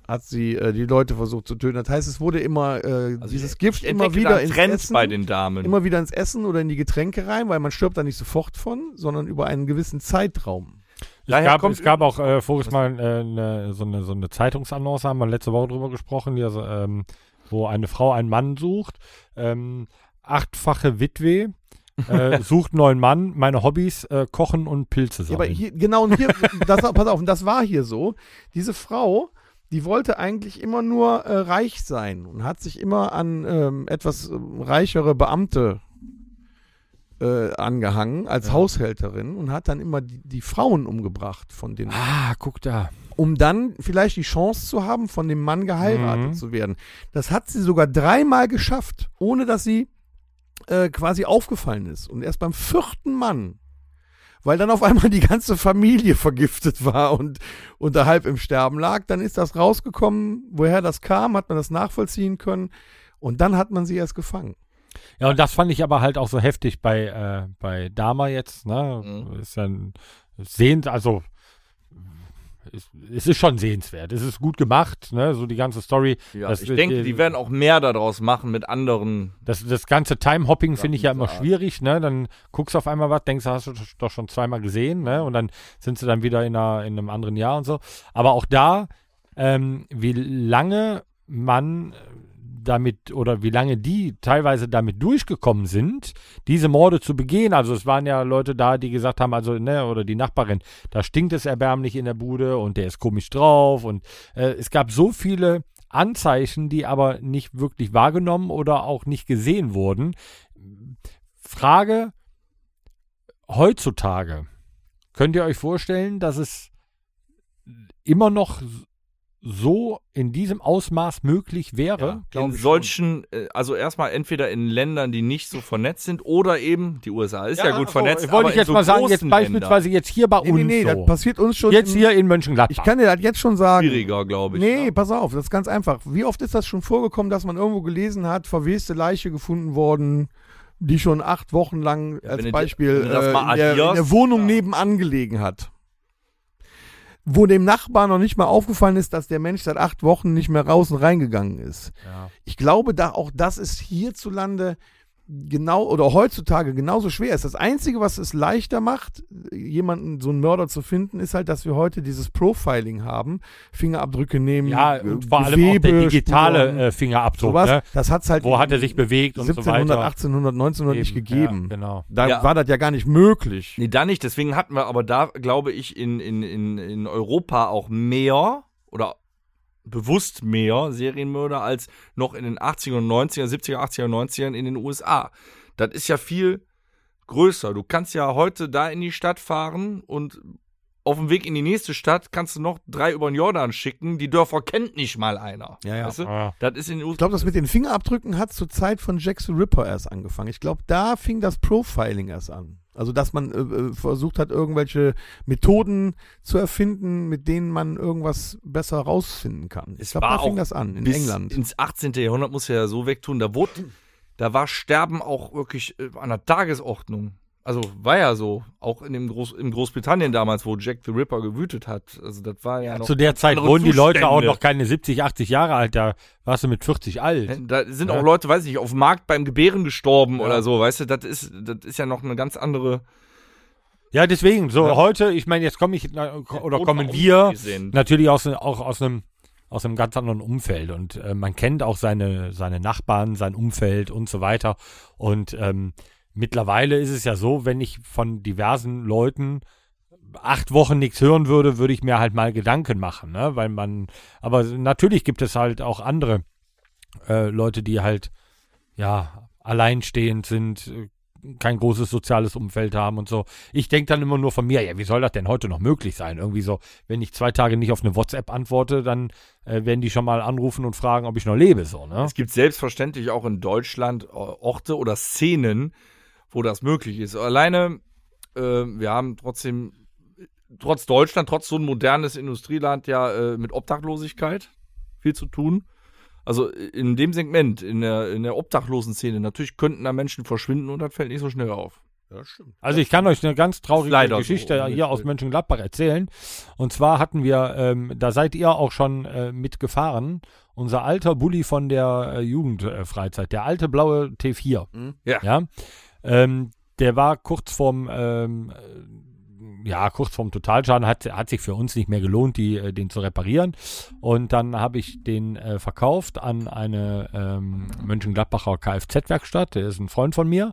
C: hat sie äh, die Leute versucht zu töten. Das heißt, es wurde immer äh, dieses Gift
D: Ich
C: immer
D: Also entdecke
C: wieder
D: da
C: ins
D: Trends
C: Essen,
D: bei den Damen.
C: immer wieder ins Essen oder in die Getränke rein, weil man stirbt da nicht sofort von, sondern über einen gewissen Zeitraum.
D: Daher
B: es, gab,
D: kommt-
B: es gab auch äh, voriges Mal äh, ne, so eine, so eine Zeitungsannonce, haben wir letzte Woche drüber gesprochen, die, also, ähm, wo eine Frau einen Mann sucht. Ähm, achtfache Witwe äh, sucht neuen Mann. Meine Hobbys: äh, Kochen und Pilze
C: Ja, aber
B: sammeln.
C: hier, genau, und hier, das, pass auf, und das war hier so. Diese Frau, die wollte eigentlich immer nur äh, reich sein und hat sich immer an ähm, etwas ähm, reichere Beamte äh, angehangen als Haushälterin und hat dann immer die, die Frauen umgebracht von den
B: ah, guck da.
C: um dann vielleicht die Chance zu haben, von dem Mann geheiratet
B: Mhm.
C: zu werden. Das hat sie sogar dreimal geschafft, ohne dass sie äh, quasi aufgefallen ist. Und erst beim vierten Mann, weil dann auf einmal die ganze Familie vergiftet war und unter halb im Sterben lag, dann ist das rausgekommen, woher das kam, hat man das nachvollziehen können. Und dann hat man sie erst gefangen.
B: Ja, und das fand ich aber halt auch so heftig bei, äh, bei Dama jetzt, ne?
D: Mhm.
B: Ist dann sehend, also es, es ist schon sehenswert. Es ist gut gemacht, ne? So die ganze Story.
D: Ja,
B: das,
D: ich denke, die werden auch mehr daraus machen mit anderen.
B: Das, das ganze Time-Hopping finde ich ja immer
D: Ja.
B: schwierig, ne? Dann guckst du auf einmal was, denkst, hast du doch schon zweimal gesehen, ne? Und dann sind sie dann wieder in, einer, in einem anderen Jahr und so. Aber auch da, ähm, wie lange man damit oder wie lange die teilweise damit durchgekommen sind, diese Morde zu begehen. Also es waren ja Leute da, die gesagt haben, also, ne, oder die Nachbarin, da stinkt es erbärmlich in der Bude und der ist komisch drauf und äh, es gab so viele Anzeichen, die aber nicht wirklich wahrgenommen oder auch nicht gesehen wurden. Frage heutzutage. Könnt ihr euch vorstellen, dass es immer noch so in diesem Ausmaß möglich wäre?
D: äh, In solchen, äh, also erstmal entweder in Ländern, die nicht so vernetzt sind oder eben, die USA ist ja,
C: Ja,
D: gut
C: ach so,
D: vernetzt.
B: Wollte
D: aber
B: ich
D: in
B: jetzt
D: so
B: mal sagen,
D: großen
B: jetzt beispielsweise jetzt hier bei
C: Nee,
B: uns.
C: nee, nee,
B: so.
C: das passiert uns schon.
B: jetzt
C: im-
B: hier in Mönchengladbach.
C: Ich kann dir das jetzt schon sagen.
D: Ländern schwieriger, glaube ich.
C: Nee,
D: ne?
C: pass auf, das ist ganz einfach. Wie oft ist das schon vorgekommen, dass man irgendwo gelesen hat, verweste Leiche gefunden worden, die schon acht Wochen lang
D: Ja, wenn
C: als
D: du-
C: Beispiel
D: wenn du das
C: äh,
D: mal
C: in, der, in der
D: addierst,
C: Wohnung
D: ja.
C: nebenan gelegen hat. Wo dem Nachbarn noch nicht mal aufgefallen ist, dass der Mensch seit acht Wochen nicht mehr raus und reingegangen ist.
B: Ja.
C: Ich glaube, da auch das ist hierzulande genau oder heutzutage genauso schwer ist. Das Einzige, was es leichter macht, jemanden, so einen Mörder zu finden, ist halt, dass wir heute dieses Profiling haben. Fingerabdrücke nehmen.
B: Ja,
C: Ge-
B: und vor allem auch der
C: Gewebe, Spuren,
B: digitale äh, Fingerabdruck.
C: sowas.
B: Ne?
C: Das hat es halt
B: Wo hat
C: in
B: er sich bewegt und
C: 1700,
B: so weiter.
C: 1800, 1900 nicht
B: Eben,
C: gegeben.
B: Ja, genau.
C: Da
D: Ja.
C: war das ja gar nicht möglich.
D: Nee, da nicht. Deswegen hatten wir aber da, glaube ich, in, in, in, in Europa auch mehr oder bewusst mehr Serienmörder als noch in den 80er und 90er, 70er, 80er und 90ern in den USA. Das ist ja viel größer. Du kannst ja heute da in die Stadt fahren und auf dem Weg in die nächste Stadt kannst du noch drei über den Jordan schicken. Die Dörfer kennt nicht mal einer.
C: Ja, ja.
D: Weißt du?
B: Ah.
D: Das ist in den
C: Ich glaube, das mit den Fingerabdrücken hat zur Zeit von Jack the Ripper erst angefangen. Ich glaube, da fing das Profiling erst an. Also, dass man äh, äh, versucht hat, irgendwelche Methoden zu erfinden, mit denen man irgendwas besser rausfinden kann. Ich
D: Es
C: glaube,
D: war
C: da fing
D: auch
C: das an, in
D: bis
C: England.
D: ins 18. Jahrhundert muss ja so wegtun. Da wurde, da war Sterben auch wirklich äh, an der Tagesordnung. Also war ja so, auch in dem Groß, in Großbritannien damals, wo Jack the Ripper gewütet hat. Also das war ja, noch.
B: Zu der Zeit
D: andere
B: wurden die Leute auch
D: Zustände.
B: noch keine 70, 80 Jahre alt. Da warst du mit 40 alt.
D: Da sind
B: Ja.
D: auch Leute, weiß ich nicht, auf dem Markt beim Gebären gestorben
B: Ja.
D: oder so, weißt du, das ist, das ist ja noch eine ganz andere.
B: Ja, deswegen. So
D: Ja.
B: heute, ich meine, jetzt komme ich na, oder
D: Oder
B: kommen wir
D: ausgesehen.
B: natürlich aus, auch aus einem aus einem ganz anderen Umfeld und äh, man kennt auch seine seine Nachbarn, sein Umfeld und so weiter. Und ähm, mittlerweile ist es ja so, wenn ich von diversen Leuten acht Wochen nichts hören würde, würde ich mir halt mal Gedanken machen, ne? Weil man, aber natürlich gibt es halt auch andere äh, Leute, die halt ja alleinstehend sind, äh, kein großes soziales Umfeld haben und so. Ich denke dann immer nur von mir, ja, wie soll das denn heute noch möglich sein? Irgendwie so, wenn ich zwei Tage nicht auf eine WhatsApp antworte, dann äh, werden die schon mal anrufen und fragen, ob ich noch lebe, so, ne?
D: Es gibt selbstverständlich auch in Deutschland äh, Orte oder Szenen, wo das möglich ist. Alleine, äh, wir haben trotzdem, trotz Deutschland, trotz so ein modernes Industrieland ja äh, mit Obdachlosigkeit viel zu tun. Also äh, in dem Segment, in der, in der obdachlosen Szene, natürlich könnten da Menschen verschwinden und das fällt nicht so schnell auf. Ja, stimmt.
B: Also ich kann euch eine ganz traurige
D: Leider so,
B: Geschichte
D: nicht
B: hier aus
D: schön.
B: Mönchengladbach erzählen. Und zwar hatten wir, ähm, da seid ihr auch schon äh, mitgefahren, unser alter Bulli von der äh, Jugendfreizeit, der alte blaue T4.
D: Ja.
B: ja? Ähm, der war kurz vorm, ähm, äh, ja, kurz vorm Totalschaden, hat, hat sich für uns nicht mehr gelohnt, die, äh, den zu reparieren. Und dann habe ich den äh, verkauft an eine ähm, Mönchengladbacher Kfz-Werkstatt. Der ist ein Freund von mir.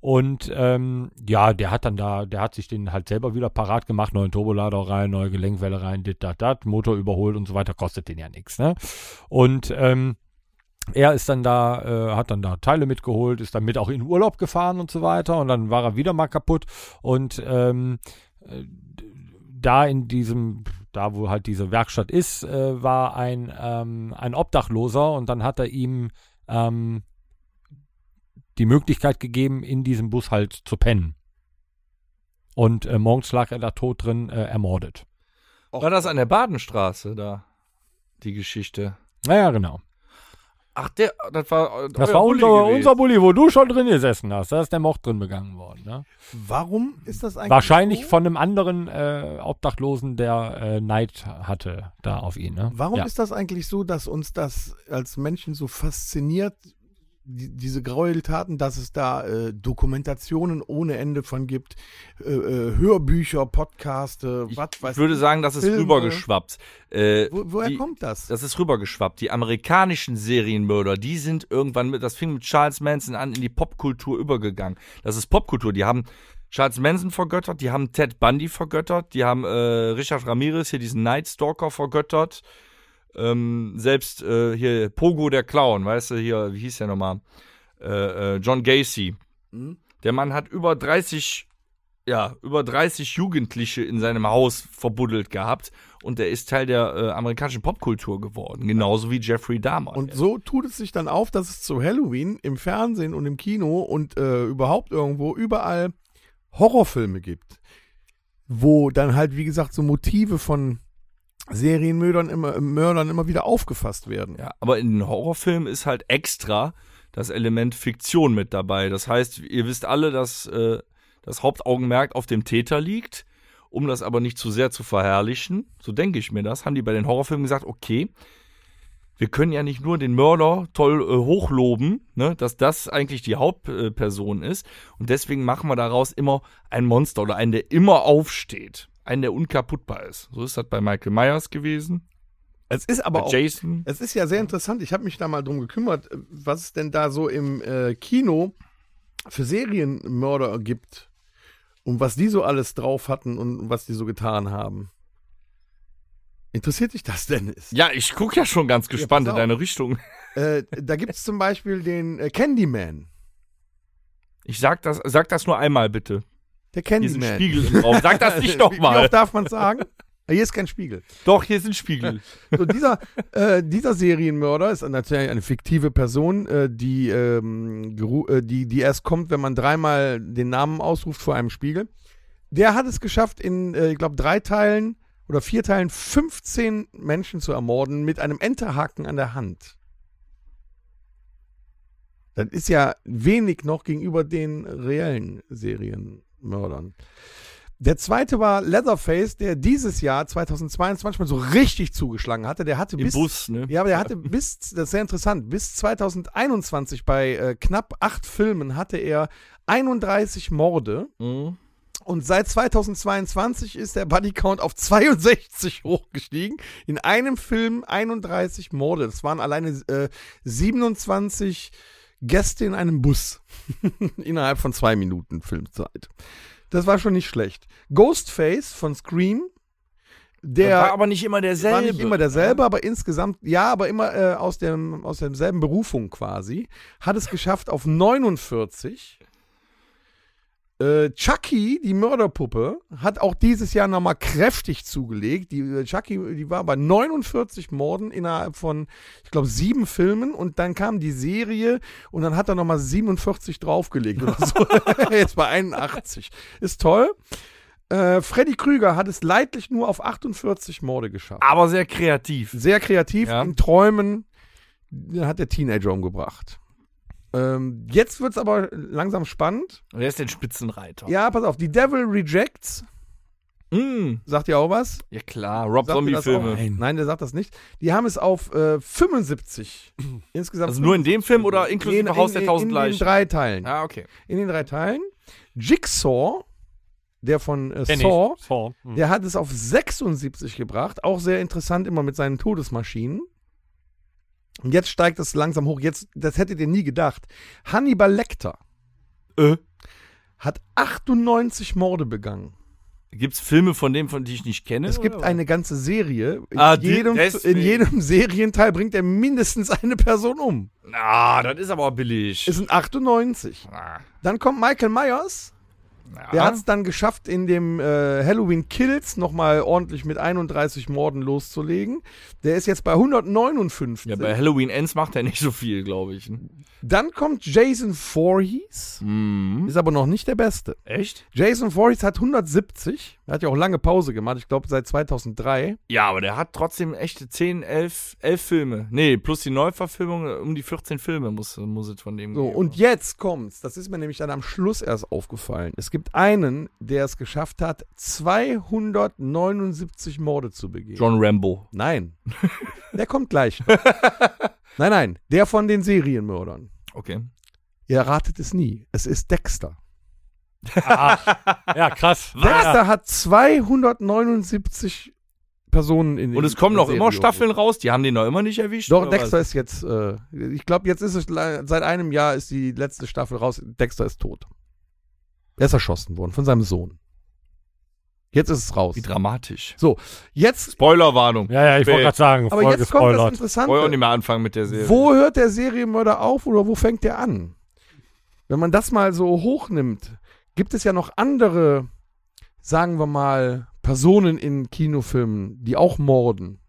B: Und ähm, ja, der hat dann da, der hat sich den halt selber wieder parat gemacht, neuen Turbolader rein, neue Gelenkwelle rein, dit, dat, dat, Motor überholt und so weiter, kostet den ja nichts, ne? Und ähm, er ist dann da, äh, hat dann da Teile mitgeholt, ist dann mit auch in Urlaub gefahren und so weiter und dann war er wieder mal kaputt und ähm, äh, da in diesem, da wo halt diese Werkstatt ist, äh, war ein, ähm, ein Obdachloser und dann hat er ihm ähm, die Möglichkeit gegeben, in diesem Bus halt zu pennen. Und äh, morgens lag er da tot drin, äh, ermordet.
D: War das an der Badenstraße da, die Geschichte?
B: Naja, genau.
D: Ach, der, das war äh,
B: Das war unser, unser Bulli, wo du schon drin gesessen hast. Da ist der Mord drin begangen worden. Ne?
C: Warum ist das eigentlich?
B: Wahrscheinlich
C: so?
B: von einem anderen äh, Obdachlosen, der äh, Neid hatte da auf ihn. Ne?
C: Warum
B: ja.
C: ist das eigentlich so, dass uns das als Menschen so fasziniert, die, diese Gräueltaten, dass es da äh, Dokumentationen ohne Ende von gibt, äh, äh, Hörbücher, Podcasts,
D: Ich,
C: was weiß
D: ich würde sagen, das ist
C: Filme.
D: rübergeschwappt. Äh,
C: Wo, woher
D: die,
C: kommt das?
D: Das ist rübergeschwappt. Die amerikanischen Serienmörder, die sind irgendwann mit, das fing mit Charles Manson an, in die Popkultur übergegangen. Das ist Popkultur. Die haben Charles Manson vergöttert, die haben Ted Bundy vergöttert, die haben äh, Richard Ramirez hier diesen Night Stalker vergöttert. Ähm, selbst äh, hier Pogo der Clown, weißt du, hier, wie hieß der nochmal? Äh, äh, John Gacy. Der Mann hat über 30 ja, über 30 Jugendliche in seinem Haus verbuddelt gehabt und er ist Teil der äh, amerikanischen Popkultur geworden, genauso wie Jeffrey Dahmer.
C: Und so tut es sich dann auf, dass es zu Halloween im Fernsehen und im Kino und äh, überhaupt irgendwo überall Horrorfilme gibt, wo dann halt, wie gesagt, so Motive von Serienmördern immer, Mördern immer wieder aufgefasst werden.
D: ja, aber in den Horrorfilmen ist halt extra das Element Fiktion mit dabei. Das heißt, ihr wisst alle, dass äh, das Hauptaugenmerk auf dem Täter liegt. Um das aber nicht zu sehr zu verherrlichen, so denke ich mir das, haben die bei den Horrorfilmen gesagt, okay, wir können ja nicht nur den Mörder toll äh, hochloben, ne, dass das eigentlich die Hauptperson äh, Person ist. Und deswegen machen wir daraus immer ein Monster oder einen, der immer aufsteht. Einen, der unkaputtbar ist. So ist das bei Michael Myers gewesen,
C: Es ist aber
D: bei
C: auch
D: Jason.
C: Es ist ja sehr interessant. Ich habe mich da mal drum gekümmert, äh, was es denn da so im äh, Kino für Serienmörder gibt und was die so alles drauf hatten und was die so getan haben. Interessiert dich das, Dennis?
D: Ja, ich gucke ja schon ganz gespannt
C: pass
D: in
C: auf.
D: deine Richtung.
C: Äh, da gibt es zum Beispiel den äh, Candyman.
D: Ich sag das, sag das nur einmal bitte.
C: Der
D: Hier ist ein
C: Candyman.
D: Spiegel im Raum. Sag das nicht
C: Wie
D: nochmal.
C: oft darf man sagen? Hier ist kein Spiegel.
D: Doch, hier ist ein Spiegel.
C: So, dieser, äh, dieser Serienmörder ist natürlich eine fiktive Person, äh, die, ähm, geru- äh, die, die erst kommt, wenn man dreimal den Namen ausruft vor einem Spiegel. Der hat es geschafft, in, äh, ich glaube, drei Teilen oder vier Teilen 15 Menschen zu ermorden mit einem Enterhaken an der Hand. Das ist ja wenig noch gegenüber den reellen Serienmördern. Der zweite war Leatherface, der dieses Jahr 2022 mal so richtig zugeschlagen hatte. Der hatte
D: Im
C: bis
D: Bus, ne?
C: ja, aber der hatte bis, das ist sehr interessant, bis 2021 bei äh, knapp acht Filmen hatte er 31 Morde
D: Mhm.
C: und seit 2022 ist der Bodycount auf 62 hochgestiegen. In einem Film 31 Morde. Das waren alleine äh, 27 Gäste in einem Bus innerhalb von zwei Minuten Filmzeit. Das war schon nicht schlecht. Ghostface von Scream, der
D: war aber nicht immer derselbe.
C: war nicht immer derselbe, aber insgesamt, ja, aber immer äh, aus, dem, aus demselben Berufung quasi. Hat es geschafft auf 49. Äh, Chucky, die Mörderpuppe, hat auch dieses Jahr nochmal kräftig zugelegt. Die äh, Chucky, die war bei 49 Morden innerhalb von, ich glaube, sieben Filmen und dann kam die Serie und dann hat er nochmal 47 draufgelegt oder so. Jetzt bei 81. Ist toll. Äh, Freddy Krüger hat es leidlich nur auf 48 Morde geschafft
D: Aber sehr kreativ.
C: sehr kreativ
D: Ja.
C: in Träumen den hat der Teenager umgebracht. Ähm, jetzt wird es aber langsam spannend.
D: Und er ist ein Spitzenreiter.
C: Ja, pass auf, die Devil Rejects,
D: Mhm.
C: sagt ihr auch was?
D: Ja klar, Rob
C: Sagt ihr das auch?
D: Zombie-Filme.
C: Nein. Nein, der sagt das nicht. Die haben es auf äh, 75 insgesamt.
D: Also nur in dem Film oder inklusive
C: in,
D: Haus der
C: in,
D: Tausend
C: in den
D: Leichen?
C: drei Teilen.
D: Ah, okay.
C: In den drei Teilen. Jigsaw, der von äh,
B: Kenn ich.
C: Saw,
B: Saw.
D: Hm.
B: Mhm.
C: Der hat es auf 76 gebracht. Auch sehr interessant immer mit seinen Todesmaschinen. Und jetzt steigt es langsam hoch. Jetzt, das hättet ihr nie gedacht. Hannibal Lecter
D: Äh.
C: hat 98 Morde begangen.
D: Gibt's Filme von dem, von die ich nicht kenne?
C: Es gibt
D: oder?
C: eine ganze Serie. In,
D: Oh, Ah, die-
C: jedem, in
D: deswegen.
C: jedem Serienteil bringt er mindestens eine Person um.
D: Ah, das ist aber billig.
C: Es sind 98.
D: Ah,
C: Dann kommt Michael Myers.
D: ja.
C: Der hat es dann geschafft, in dem äh, Halloween Kills nochmal ordentlich mit 31 Morden loszulegen. Der ist jetzt bei 159.
D: ja, bei Halloween Ends macht er nicht so viel, glaube ich. ne?
C: Dann kommt Jason Voorhees,
D: Mhm.
C: ist aber noch nicht der Beste.
D: Echt?
C: Jason Voorhees hat 170, er hat ja auch lange Pause gemacht, ich glaube seit 2003.
D: Ja, aber der hat trotzdem echte 10, 11, 11 Filme. Nee, plus die Neuverfilmung, äh, um die 14 Filme muss, muss es von dem
C: So,
D: geben.
C: und jetzt kommt's, das ist mir nämlich dann am Schluss erst aufgefallen. Es gibt einen, der es geschafft hat, 279 Morde zu begehen.
D: John Rambo.
C: Nein, der kommt gleich. nein, nein, der von den Serienmördern.
D: Okay.
C: Ihr ratet es nie, es ist Dexter.
B: Ja, krass. Ja, ja.
C: Dexter hat 279 Personen in
D: Und es
C: den-
D: kommen
C: in
D: noch
C: der
D: immer
C: Serie.
D: Staffeln raus, die haben den noch immer nicht erwischt.
C: Doch,
D: oder
C: Dexter ist jetzt, äh, ich glaube, jetzt ist es, le- seit einem Jahr ist die letzte Staffel raus. Dexter ist tot. Er ist erschossen worden von seinem Sohn. Jetzt ist es raus.
D: was? Wie dramatisch.
C: Jetzt,
D: Spoilerwarnung.
B: ja, ja, ich wollte
D: Spät.
B: gerade sagen,
C: aber
B: voll
C: jetzt kommt
B: gespoilert.
C: das
D: Wollen wir auch nicht
C: Interessante.
D: mehr anfangen mit der Serie.
C: Wo hört der Serienmörder auf oder wo fängt der an? Wenn man das mal so hochnimmt, gibt es ja noch andere, sagen wir mal, Personen in Kinofilmen, die auch morden.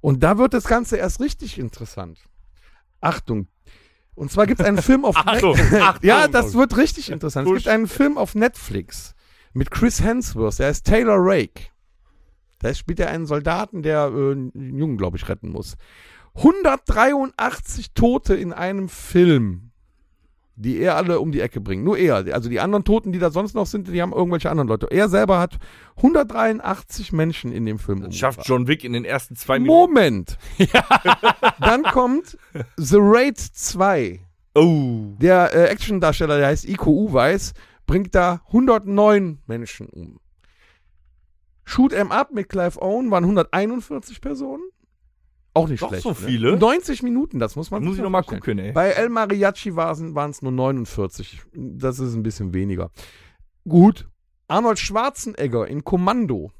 C: Und da wird das Ganze erst richtig interessant. Achtung. Und zwar gibt es einen Film auf
D: Achtung, Achtung.
C: Ja, das wird richtig interessant. Es gibt
D: Bullshit.
C: einen Film auf Netflix mit Chris Hemsworth, der heißt Taylor Rake. Da spielt er einen Soldaten, der äh, einen Jungen, glaube ich, retten muss. 183 Tote in einem Film, die er alle um die Ecke bringt. Nur er. Also die anderen Toten, die da sonst noch sind, die haben irgendwelche anderen Leute. Er selber hat 183 Menschen in dem Film
D: Das
C: umgebracht.
D: schafft John Wick in den ersten zwei Minuten.
C: Moment. Dann kommt The Raid 2.
D: Oh.
C: Der äh, Action-Darsteller, der heißt Iko Uweis, bringt da 109 Menschen um. Shoot 'em Up mit Clive Owen waren 141 Personen. Auch nicht
D: Doch
C: schlecht.
D: so
C: ne?
D: viele?
C: 90 Minuten, das muss man
D: Muss ich
C: sich
D: noch mal
C: vorstellen.
D: gucken, ey.
C: Bei El Mariachi waren es nur 49. Das ist ein bisschen weniger. Gut. Arnold Schwarzenegger in Kommando.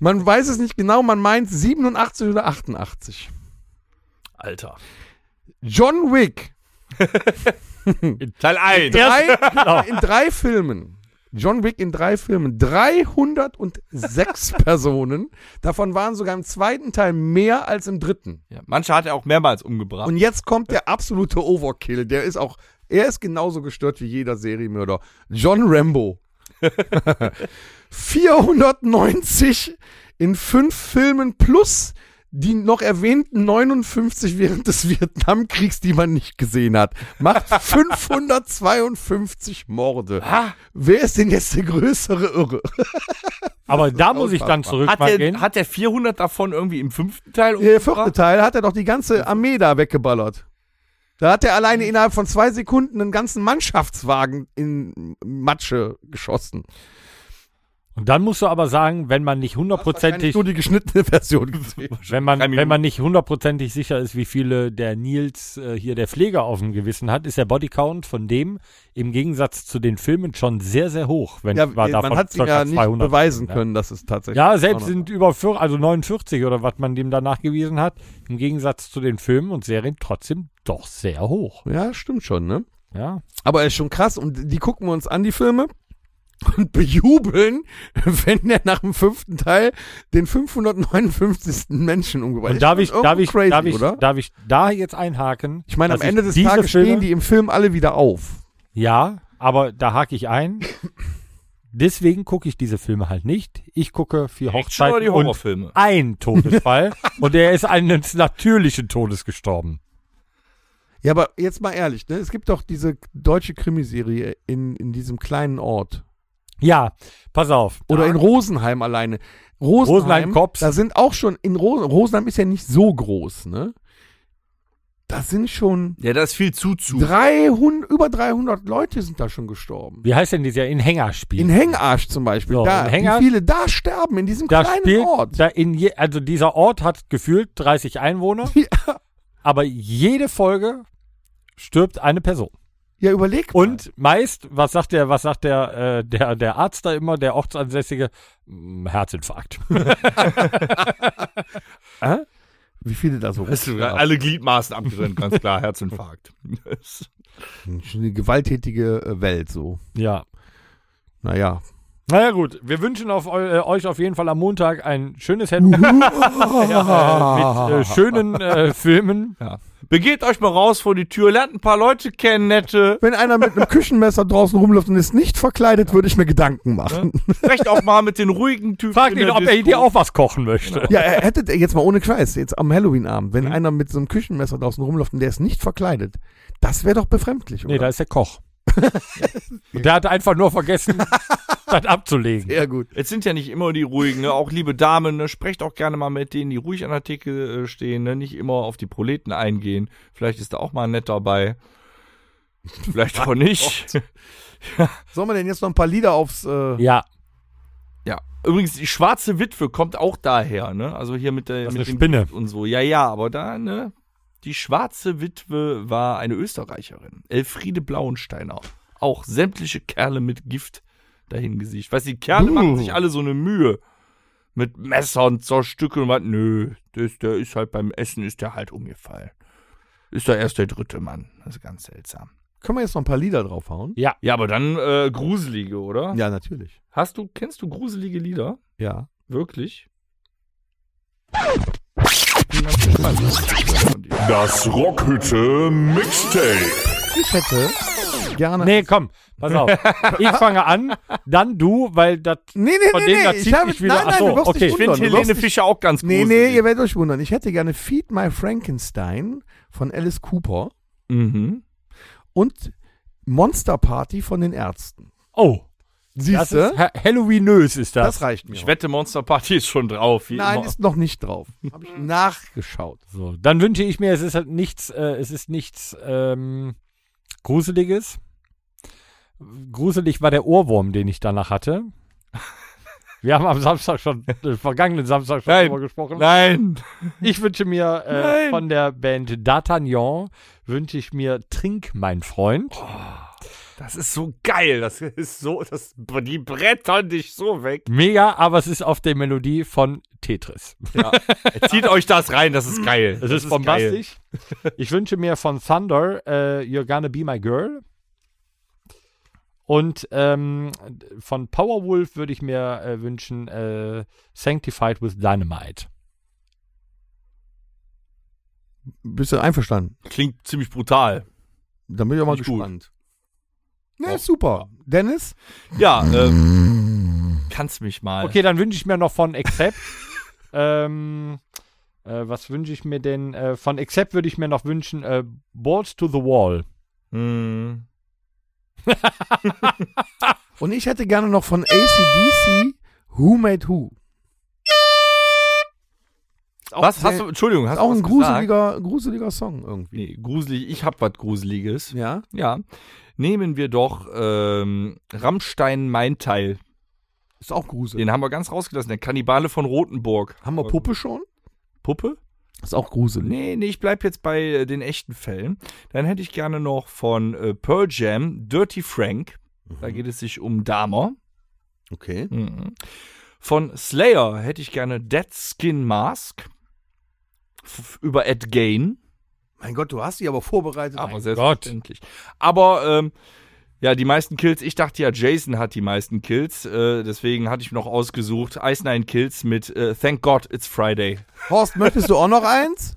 C: man weiß es nicht genau, man meint 87 oder 88.
D: Alter.
C: John Wick.
D: In Teil 1.
C: Drei, In drei Filmen. John Wick in drei Filmen. 306 Personen. Davon waren sogar im zweiten Teil mehr als im dritten.
D: Ja, manche hat er auch mehrmals umgebracht.
C: Und jetzt kommt der absolute Overkill. Der ist auch, er ist genauso gestört wie jeder Serienmörder. John Rambo. 490 in fünf Filmen plus die noch erwähnten 59 während des Vietnamkriegs, die man nicht gesehen hat, macht 552 Morde. Wer ist denn jetzt der größere Irre?
B: Aber da muss ich dann
C: unfassbar.
B: zurück
D: hat,
B: mal
D: der,
B: gehen.
D: hat der 400 davon irgendwie im fünften Teil
C: Der
D: umgebracht?
B: oh.
C: vierte Teil hat er doch die ganze Armee da weggeballert. Da hat er alleine
B: Hm.
C: innerhalb von zwei Sekunden einen ganzen Mannschaftswagen in Matsche geschossen.
B: Und dann musst du aber sagen, wenn man nicht
C: Wahrscheinlich
B: hundertprozentig,
C: nur die geschnittene Version gesehen.
B: wenn man,
D: drei
B: wenn man nicht hundertprozentig sicher ist, wie viele der Nils äh, hier der Pfleger auf dem Gewissen hat, ist der Bodycount von dem im Gegensatz zu den Filmen schon sehr, sehr hoch. Wenn
C: Ja, äh, man hat es ihm
B: circa
C: ja nicht
B: 200
C: beweisen
B: ne?
C: können, dass es tatsächlich.
B: Ja, selbst sind über 40, also 49 oder was man dem da nachgewiesen hat, im Gegensatz zu den Filmen und Serien trotzdem doch sehr hoch.
C: Ja, stimmt schon, ne?
B: Ja.
C: Aber ist schon krass. Und die gucken wir uns an, die Filme. Und bejubeln, wenn er nach dem fünften Teil den 559. Menschen umgebracht
B: Und darf ich,
C: Ist schon
B: darf
C: irgendwo
B: ich,
C: crazy,
B: darf ich,
C: oder?
B: darf ich da jetzt einhaken?
C: Ich meine, am
B: dass ich
C: Ende des
B: Also diese
C: Tages
B: Filme-
C: stehen die im Film alle wieder auf.
B: Ja, aber da hake ich ein. Deswegen gucke ich diese Filme halt nicht. Ich gucke für
D: Action oder
B: Hochzeiten
D: die
B: und
D: Horrorfilme?
B: ein Todesfall und er ist eines natürlichen Todes gestorben.
C: Ja, aber jetzt mal ehrlich, ne? Es gibt doch diese deutsche Krimiserie in, in diesem kleinen Ort.
B: Ja, pass auf.
C: Oder in Rosenheim alleine. Rosenheim,
B: Rosenheim Cops.
C: Da sind auch schon, in Ro Rosenheim ist ja nicht so groß, ne? Da sind schon
D: Ja, da ist viel zu zu.
C: 300, über 300 Leute sind da schon gestorben.
B: Wie heißt denn dieser in Hängerspiel?
C: In Hengarsch zum Beispiel.
B: So,
C: da,
B: in Hengarsch-
C: wie viele da sterben in diesem
B: da
C: kleinen
B: spielt,
C: Ort.
B: Da in je, also dieser Ort hat gefühlt 30 Einwohner,
C: Ja,
B: aber jede Folge stirbt eine Person.
C: ja, überleg mal.
B: Und meist, was sagt der, was sagt der, äh, der, der Arzt da immer, der Ortsansässige? Hm, Herzinfarkt.
C: wie viele da so
D: Weißt du,
C: rumsterben.
D: alle Gliedmaßen abgetrennt, ganz klar, Herzinfarkt.
B: also
C: Schon Eine gewalttätige äh, Welt so.
B: ja.
C: Naja.
B: Naja gut, wir wünschen auf eu äh, euch auf jeden Fall am Montag ein schönes Handy ja, äh, mit äh, schönen äh, Filmen.
D: ja. Begeht euch mal raus vor die Tür, lernt ein paar Leute kennen, nette.
C: Wenn einer mit einem Küchenmesser draußen rumläuft und ist nicht verkleidet, würde ich mir Gedanken machen.
D: Sprecht auch mal mit den ruhigen Typen.
B: Fragt
D: in
B: ihn,
D: der
B: ob er
D: Disco.
B: dir auch was kochen möchte.
C: Genau. Ja, er hätte jetzt mal ohne Scheiß, jetzt am Halloween-Abend,
B: Mhm.
C: wenn einer mit so einem Küchenmesser draußen rumläuft und der ist nicht verkleidet, das wäre doch befremdlich, oder?
B: Nee, da ist der Koch. Und der hat einfach nur vergessen, das abzulegen.
C: ja, gut.
D: Es sind ja nicht immer die ruhigen, ne? auch liebe Damen, ne? sprecht auch gerne mal mit denen, die ruhig an der Theke äh, stehen, ne? nicht immer auf die Proleten eingehen. Vielleicht ist da auch mal ein netter bei. Vielleicht auch
B: Oh.
D: nicht.
C: Sollen wir denn jetzt noch ein paar Lieder aufs. Äh,
B: Ja,
D: Ja. Übrigens, die schwarze Witwe kommt auch daher, ne? Also hier mit der
B: Das ist
D: mit
B: eine
D: dem
B: Spinne.
D: Gift und so. Ja, ja, aber da, ne? Die schwarze Witwe war eine Österreicherin. Elfriede Blauensteiner. Auch sämtliche Kerle mit Gift dahingesicht. Weißt du, die
B: Uh.
D: Kerle machen sich alle so eine Mühe. Mit Messern zerstückeln und was. Nö, das, der ist halt beim Essen, ist der halt umgefallen. Ist da erst der dritte Mann. Das ist ganz seltsam.
C: Können wir jetzt noch ein paar Lieder draufhauen?
D: Ja, aber dann äh, gruselige, oder?
C: Ja, natürlich.
D: Hast du, kennst du gruselige Lieder?
C: Ja.
D: Wirklich? Bin ganz gespannt.
A: Das Rockhütte Mixtape.
C: Ich hätte gerne.
B: nee, komm, pass auf. Ich fange an, dann du, weil das
C: nee, nee,
B: Von dem da zieht sich wieder-
C: Nein, nein,
B: Ach so,
C: du wirst
B: okay.
C: dich
B: Ich
D: Ich
C: wundern.
D: finde
C: du wirst
D: Helene
C: dich-
D: Fischer auch ganz
C: Nee,
D: gruselig.
C: nee, ihr werdet euch wundern. Ich hätte gerne Feed My Frankenstein von Alice Cooper
D: mhm.
C: und Monster Party von den Ärzten.
B: Oh, das
C: Siehst du?
B: ist ha Halloweenös ist das.
C: Das reicht mir.
D: Ich wette, Monster Party ist schon drauf. wie
C: Nein,
D: immer.
C: ist noch nicht drauf. Hab ich nachgeschaut.
B: So, dann wünsche ich mir, es ist halt nichts, äh, es ist nichts ähm, Gruseliges. Gruselig war der Ohrwurm, den ich danach hatte. Wir haben am Samstag schon, äh, vergangenen Samstag schon
D: Nein.
B: drüber gesprochen.
D: Nein.
B: Ich wünsche mir äh,
D: Nein. Oh.
B: von der Band D'Artagnan, wünsche ich mir Trink, mein Freund.
D: Das ist so geil. Das ist so, das, die brettern dich so weg.
B: Mega, aber es ist auf der Melodie von Tetris.
D: Zieht euch das rein, das ist geil.
B: Es ist, bombastisch. ich wünsche mir von Thunder äh, You're Gonna Be My Girl. Und ähm, von Powerwolf würde ich mir äh, wünschen äh, Sanctified with Dynamite.
C: Bist du einverstanden?
D: Geil. Klingt ziemlich brutal.
C: Dann bin ich auch mal
D: Nicht gut.
C: gespannt. Oh. Na, ist super. Dennis?
D: Ja, ähm, kannst mich mal.
B: Okay, dann wünsche ich mir noch von Accept. ähm, äh, was wünsche ich mir denn? Äh, von Accept würde ich mir noch wünschen äh, Balls to the Wall.
D: Hm.
C: Und ich hätte gerne noch von ACDC Who Made Who.
D: Was hast du, Entschuldigung, hast
C: Ist auch
D: du
C: ein
D: was gesagt?
C: gruseliger, gruseliger Song irgendwie.
D: Nee, gruselig, ich hab was Gruseliges.
C: Ja?
D: Ja. Nehmen wir doch ähm, Rammstein Mein Teil.
C: Ist auch gruselig.
D: Den haben wir ganz rausgelassen. Der Kannibale von Rothenburg.
C: Haben wir Puppe schon?
D: Puppe?
C: Ist auch gruselig.
D: Nee, nee, ich bleib jetzt bei äh, den echten Fällen. Dann hätte ich gerne noch von äh, Pearl Jam Dirty Frank. Da geht es sich um Dahmer.
C: Okay.
D: Mhm. Von Slayer hätte ich gerne Dead Skin Mask. F über Ed Gain.
C: Mein Gott, du hast dich aber vorbereitet.
D: Aber selbstverständlich. Aber ähm, ja, die meisten Kills, ich dachte ja, Jason hat die meisten Kills, äh, deswegen hatte ich noch ausgesucht, Ice Nine Kills mit äh, Thank God It's Friday.
C: Horst, möchtest du auch noch eins?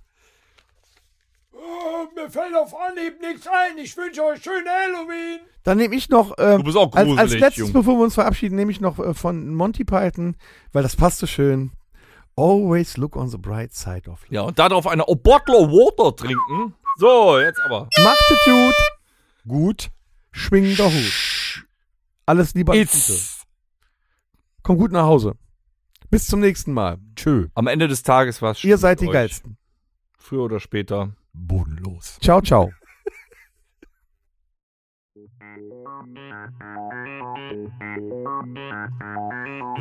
B: mir fällt auf Anhieb nichts ein. Ich wünsche euch schöne Halloween.
C: Dann nehme ich noch. ähm,
D: Du bist auch
C: als, als
D: gruselig,
C: letztes,
D: Junge.
C: bevor wir uns verabschieden, nehme ich noch äh, von Monty Python, weil das passt so schön. Always look on the bright side of life.
D: Ja, und darauf eine A Bottle of Water trinken. So, jetzt aber.
C: Macht es gut,
B: Gut.
C: schwingender Hut. Alles Liebe, alles Gute.
D: It's-
C: Komm gut nach Hause. Bis zum nächsten Mal. Tschö.
D: Am Ende des Tages war es
C: Ihr seid die Geilsten.
D: Früher oder später.
B: Bodenlos.
C: Ciao, ciao.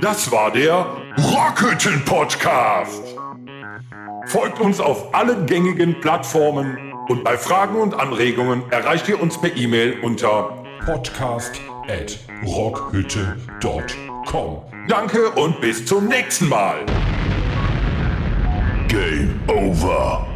A: Das war der Rockhütten Podcast. Folgt uns auf allen gängigen Plattformen und bei Fragen und Anregungen erreicht ihr uns per E-Mail unter podcast@rockhütte.com. Danke und bis zum nächsten Mal. Game over.